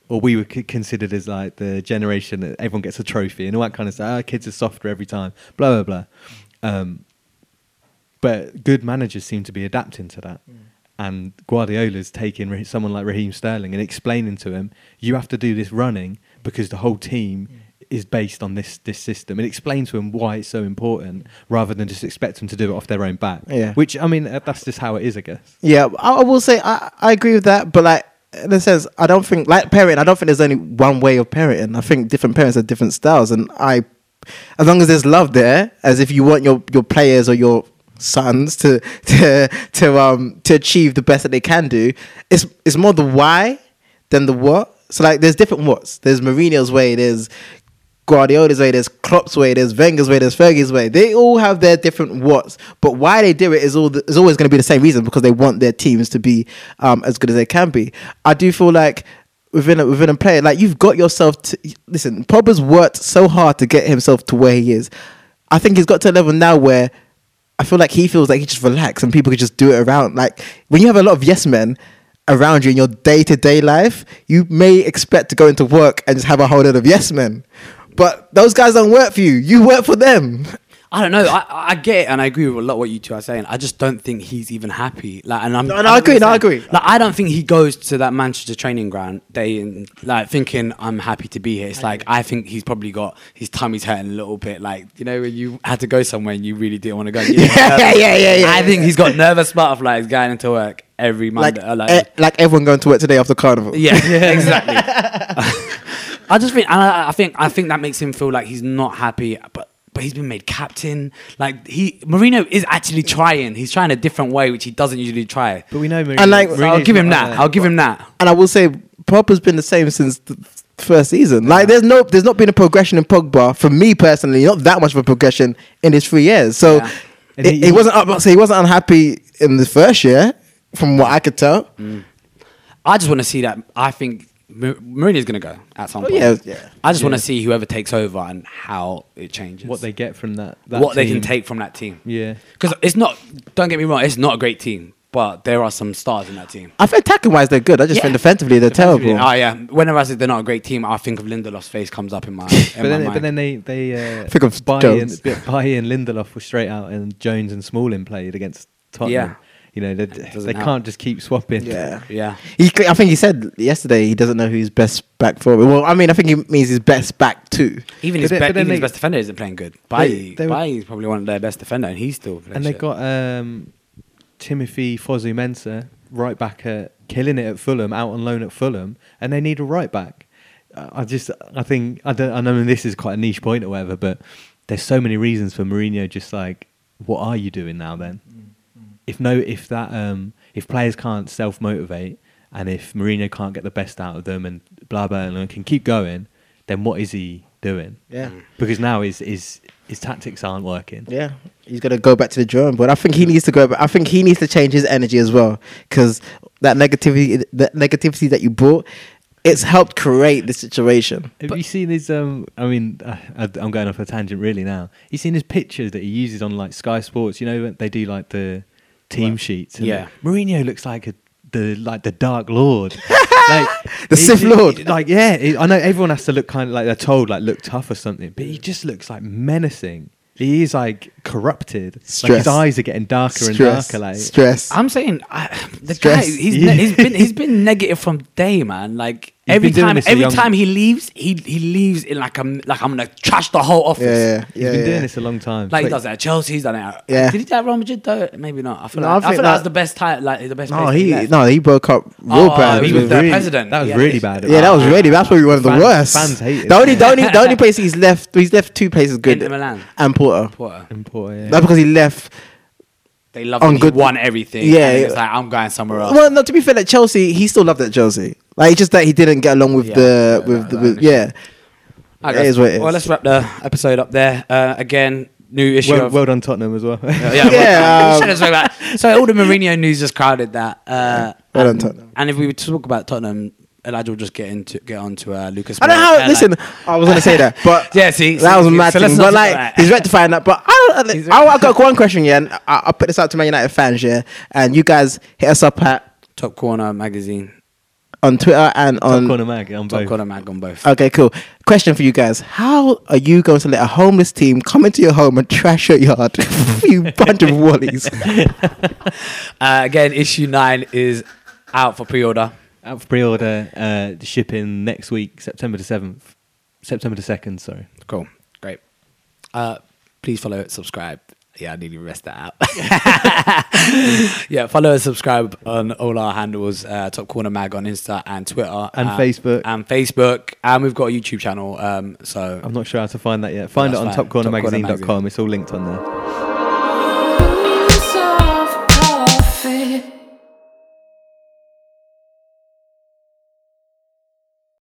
Speaker 3: Or we were c- considered as like the generation that everyone gets a trophy and all that kind of stuff. Ah, kids are softer every time, blah blah blah. Um, but good managers seem to be adapting to that.
Speaker 1: Mm.
Speaker 3: And Guardiola's taking Rahe- someone like Raheem Sterling and explaining to him, you have to do this running because the whole team
Speaker 1: Mm.
Speaker 3: is based on this this system. And explain to him why it's so important rather than just expect them to do it off their own back.
Speaker 2: Yeah.
Speaker 3: Which, I mean, uh, that's just how it is, I guess.
Speaker 2: Yeah, I, I will say I, I agree with that, but like in a sense, I don't think like parenting. I don't think there's only one way of parenting. I think different parents have different styles, and I, as long as there's love there, as if you want your your players or your sons to to to um to achieve the best that they can do, it's it's more the why than the what. So like, there's different whats. There's Mourinho's way. There's Guardiola's way, there's Klopp's way, there's Wenger's way, there's Fergie's way. They all have their different what's, but why they do it is all the, is always going to be the same reason because they want their teams to be um, as good as they can be. I do feel like within a, within a player, like you've got yourself to listen. Pogba's worked so hard to get himself to where he is. I think he's got to a level now where I feel like he feels like he just relax and people can just do it around. Like when you have a lot of yes men around you in your day to day life, you may expect to go into work and just have a whole lot of yes men. But those guys don't work for you. You work for them.
Speaker 1: I don't know. I, I get it, and I agree with a lot of what you two are saying. I just don't think he's even happy. Like, and I'm.
Speaker 2: No, no, I agree, no, I agree.
Speaker 1: Like, I don't think he goes to that Manchester training ground day and like thinking I'm happy to be here. It's like I think he's probably got his tummy's hurting a little bit. Like you know when you had to go somewhere and you really didn't want to go. and you were
Speaker 2: Yeah,
Speaker 1: nervous.
Speaker 2: yeah, yeah, yeah,
Speaker 1: I
Speaker 2: yeah.
Speaker 1: think he's got nervous butterflies going into work every
Speaker 2: Like,
Speaker 1: Monday. uh,
Speaker 2: like, eh, like everyone going to work today after carnival.
Speaker 1: yeah, exactly. I just think, and I, I think, I think that makes him feel like he's not happy, but. But he's been made captain. Like he, Marino is actually trying. He's trying a different way, which he doesn't usually try.
Speaker 3: But we know Mourinho.
Speaker 2: And, like,
Speaker 1: So I'll
Speaker 3: Mourinho's
Speaker 1: give him
Speaker 3: not
Speaker 1: that.
Speaker 3: a-
Speaker 1: I'll give him that.
Speaker 2: And I will say, Pogba's been the same since the first season. Like, there's no, there's not been a progression in Pogba for me personally. Not that much of a progression in his three years. So
Speaker 1: Yeah.
Speaker 3: And
Speaker 2: it,
Speaker 3: he-
Speaker 2: he, wasn't up. So he wasn't unhappy in the first year, from what I could tell.
Speaker 1: I just want to see that. I think Mou- Mourinho's going to go at some
Speaker 2: Oh,
Speaker 1: point.
Speaker 2: yeah, yeah.
Speaker 1: I just want
Speaker 3: Yeah.
Speaker 1: to see whoever takes over and how it changes.
Speaker 3: what they get from that, that
Speaker 1: what they can
Speaker 3: team.
Speaker 1: take from that team.
Speaker 3: Yeah.
Speaker 1: Because it's not. Don't get me wrong. It's not a great team, but there are some stars in that team.
Speaker 2: I think attacking wise they're good. I just
Speaker 1: Yeah.
Speaker 2: think defensively they're
Speaker 3: Defensively,
Speaker 2: terrible.
Speaker 1: Oh yeah. Whenever I say they're not a great team, I think of Lindelof's face comes up in my. In
Speaker 3: But then,
Speaker 1: my
Speaker 3: but
Speaker 1: mind.
Speaker 3: then they they uh,
Speaker 2: Think of
Speaker 3: Bailly
Speaker 2: Jones.
Speaker 3: and Bailly and Lindelof were straight out, and Jones and Smalling played against Tottenham.
Speaker 1: Yeah.
Speaker 3: You know they,
Speaker 1: doesn't
Speaker 3: they
Speaker 1: help.
Speaker 3: can't just keep swapping.
Speaker 2: Yeah.
Speaker 1: yeah.
Speaker 2: He, I think he said yesterday he doesn't know who his best back four. Well, I mean, I think he means his best back two.
Speaker 1: Even
Speaker 3: But
Speaker 1: his, be-
Speaker 3: then- but then
Speaker 1: even his
Speaker 3: they-
Speaker 1: best defender isn't playing good. Bailly,
Speaker 3: they were-
Speaker 1: Bailly's probably one of their best defender, and he's still. playing
Speaker 3: And they
Speaker 1: shit.
Speaker 3: got um, Timothy Fosu Mensah right back at killing it at Fulham, out on loan at Fulham, and they need a right back. Uh, I just, I think, I don't, I know this is quite a niche point or whatever, but there's so many reasons for Mourinho. Just like, what are you doing now then? If no, if that, um, if players can't self motivate, and if Mourinho can't get the best out of them, and blah blah, and can keep going, then what is he doing?
Speaker 2: Yeah.
Speaker 3: because now his his his tactics aren't working.
Speaker 2: Yeah, he's got to go back to the drawing board. I think he needs to go back. I think he needs to change his energy as well because that negativity, that negativity that you brought, it's helped create this situation.
Speaker 3: Have
Speaker 2: But
Speaker 3: you seen his? Um, I mean, I, I- I'm going off a tangent really now. You seen his pictures that he uses on like Sky Sports? You know, when they do like the team sheets. And
Speaker 1: yeah.
Speaker 3: Mourinho looks like a, the like the Dark Lord, like he-
Speaker 2: The Sith
Speaker 3: he-
Speaker 2: Lord.
Speaker 3: Like, yeah, he- I know everyone has to look kind of like they're told like look tough or something, but he just looks like menacing. He is like corrupted. Like
Speaker 2: Stress.
Speaker 3: his eyes are getting darker
Speaker 2: stress,
Speaker 3: and darker. Like,
Speaker 2: stress.
Speaker 1: I'm saying I, the guy.
Speaker 2: Stress.
Speaker 1: He's,
Speaker 3: Yeah.
Speaker 1: ne- he's been he's been negative from day, man. Like
Speaker 3: been
Speaker 1: every
Speaker 3: doing
Speaker 1: time,
Speaker 3: this to
Speaker 1: every
Speaker 3: young-
Speaker 1: time he leaves, he he leaves in like I'm like I'm gonna trash the whole office.
Speaker 2: yeah,
Speaker 3: he's
Speaker 2: yeah,
Speaker 3: been
Speaker 2: yeah,
Speaker 3: doing
Speaker 2: yeah.
Speaker 3: this a long time.
Speaker 1: Like he
Speaker 3: But-
Speaker 1: does that at Chelsea, he's done it. At,
Speaker 2: Yeah.
Speaker 1: Did he do it at Real Madrid though? Maybe not. I feel
Speaker 2: No,
Speaker 1: like
Speaker 2: I
Speaker 1: I,
Speaker 2: think
Speaker 1: feel like that
Speaker 2: that-
Speaker 1: was the best time. Like the best.
Speaker 2: No,
Speaker 1: place
Speaker 2: he
Speaker 1: left.
Speaker 2: no, he broke up real
Speaker 1: Oh,
Speaker 2: bad.
Speaker 1: he
Speaker 2: with
Speaker 1: was the
Speaker 2: Real-
Speaker 3: really-
Speaker 1: president.
Speaker 3: That was
Speaker 1: Yeah,
Speaker 3: really
Speaker 1: it-
Speaker 3: bad.
Speaker 2: yeah, that was really that's probably one of the
Speaker 3: Fans-
Speaker 2: worst.
Speaker 3: fans hated
Speaker 2: the only, the only, the only place he's left, he's left two places good.
Speaker 1: Inter Milan.
Speaker 2: and Porter.
Speaker 1: Porter.
Speaker 3: Important.
Speaker 2: That's because he left.
Speaker 1: They love
Speaker 2: On
Speaker 1: him.
Speaker 2: good-
Speaker 1: He won everything.
Speaker 2: Yeah,
Speaker 1: and
Speaker 2: yeah.
Speaker 1: it's like I'm going somewhere else.
Speaker 2: Well, no, to be fair, like Chelsea, he still loved that Chelsea. Like it's just that he didn't get along with
Speaker 1: Yeah,
Speaker 2: the
Speaker 1: yeah,
Speaker 2: with
Speaker 1: that-
Speaker 2: the
Speaker 1: that
Speaker 2: with,
Speaker 1: initially.
Speaker 2: yeah.
Speaker 1: All right,
Speaker 2: it
Speaker 1: guys.
Speaker 2: is what it
Speaker 1: Well,
Speaker 2: is.
Speaker 1: let's wrap the episode up there. Uh, again, new issue.
Speaker 3: well,
Speaker 1: of,
Speaker 3: well done, Tottenham as well.
Speaker 1: yeah,
Speaker 2: Yeah,
Speaker 1: well,
Speaker 2: um,
Speaker 1: we should have spoke about that. So all the Mourinho news just crowded that. Uh,
Speaker 2: Well done,
Speaker 1: and,
Speaker 2: Tottenham.
Speaker 1: And if we were to talk about Tottenham, Elijah will just get into get onto uh, Lucas.
Speaker 2: I don't know
Speaker 1: Moura.
Speaker 2: how.
Speaker 1: Yeah,
Speaker 2: listen,
Speaker 1: like-
Speaker 2: I was gonna say that, but
Speaker 1: Yeah, see,
Speaker 2: that
Speaker 1: see,
Speaker 2: was a
Speaker 1: see,
Speaker 2: mad
Speaker 1: so let's
Speaker 2: thing.
Speaker 1: not
Speaker 2: But
Speaker 1: talk
Speaker 2: like,
Speaker 1: about that.
Speaker 2: he's rectifying that. But I,
Speaker 1: He's
Speaker 2: don't, I, I got one question, yeah. And I, I put this out to Man United fans, yeah, and you guys hit us up at
Speaker 1: Top Corner magazine,
Speaker 2: on Twitter and
Speaker 3: Top
Speaker 2: on.
Speaker 3: corner mag on
Speaker 1: Top
Speaker 3: both.
Speaker 1: Corner mag on both.
Speaker 2: Okay, cool. Question for you guys: How are you going to let a homeless team come into your home and trash your yard? you bunch of wallies.
Speaker 1: Uh, again, issue nine is out for pre-order.
Speaker 3: Out for pre-order, uh, shipping next week, September the seventh, September the second. Sorry.
Speaker 1: Cool, great. Uh, please follow it, subscribe. Yeah, I need to rest that out. yeah, follow and subscribe on all our handles uh, Top Corner Mag on Insta and Twitter.
Speaker 3: And
Speaker 1: uh,
Speaker 3: Facebook.
Speaker 1: And Facebook. And we've got a YouTube channel. Um, so
Speaker 3: I'm not sure how to find that yet. Find
Speaker 1: That's
Speaker 3: it on
Speaker 1: fine.
Speaker 3: topcornermagazine.com.
Speaker 1: Topcornermagazine.
Speaker 3: It's all linked on there.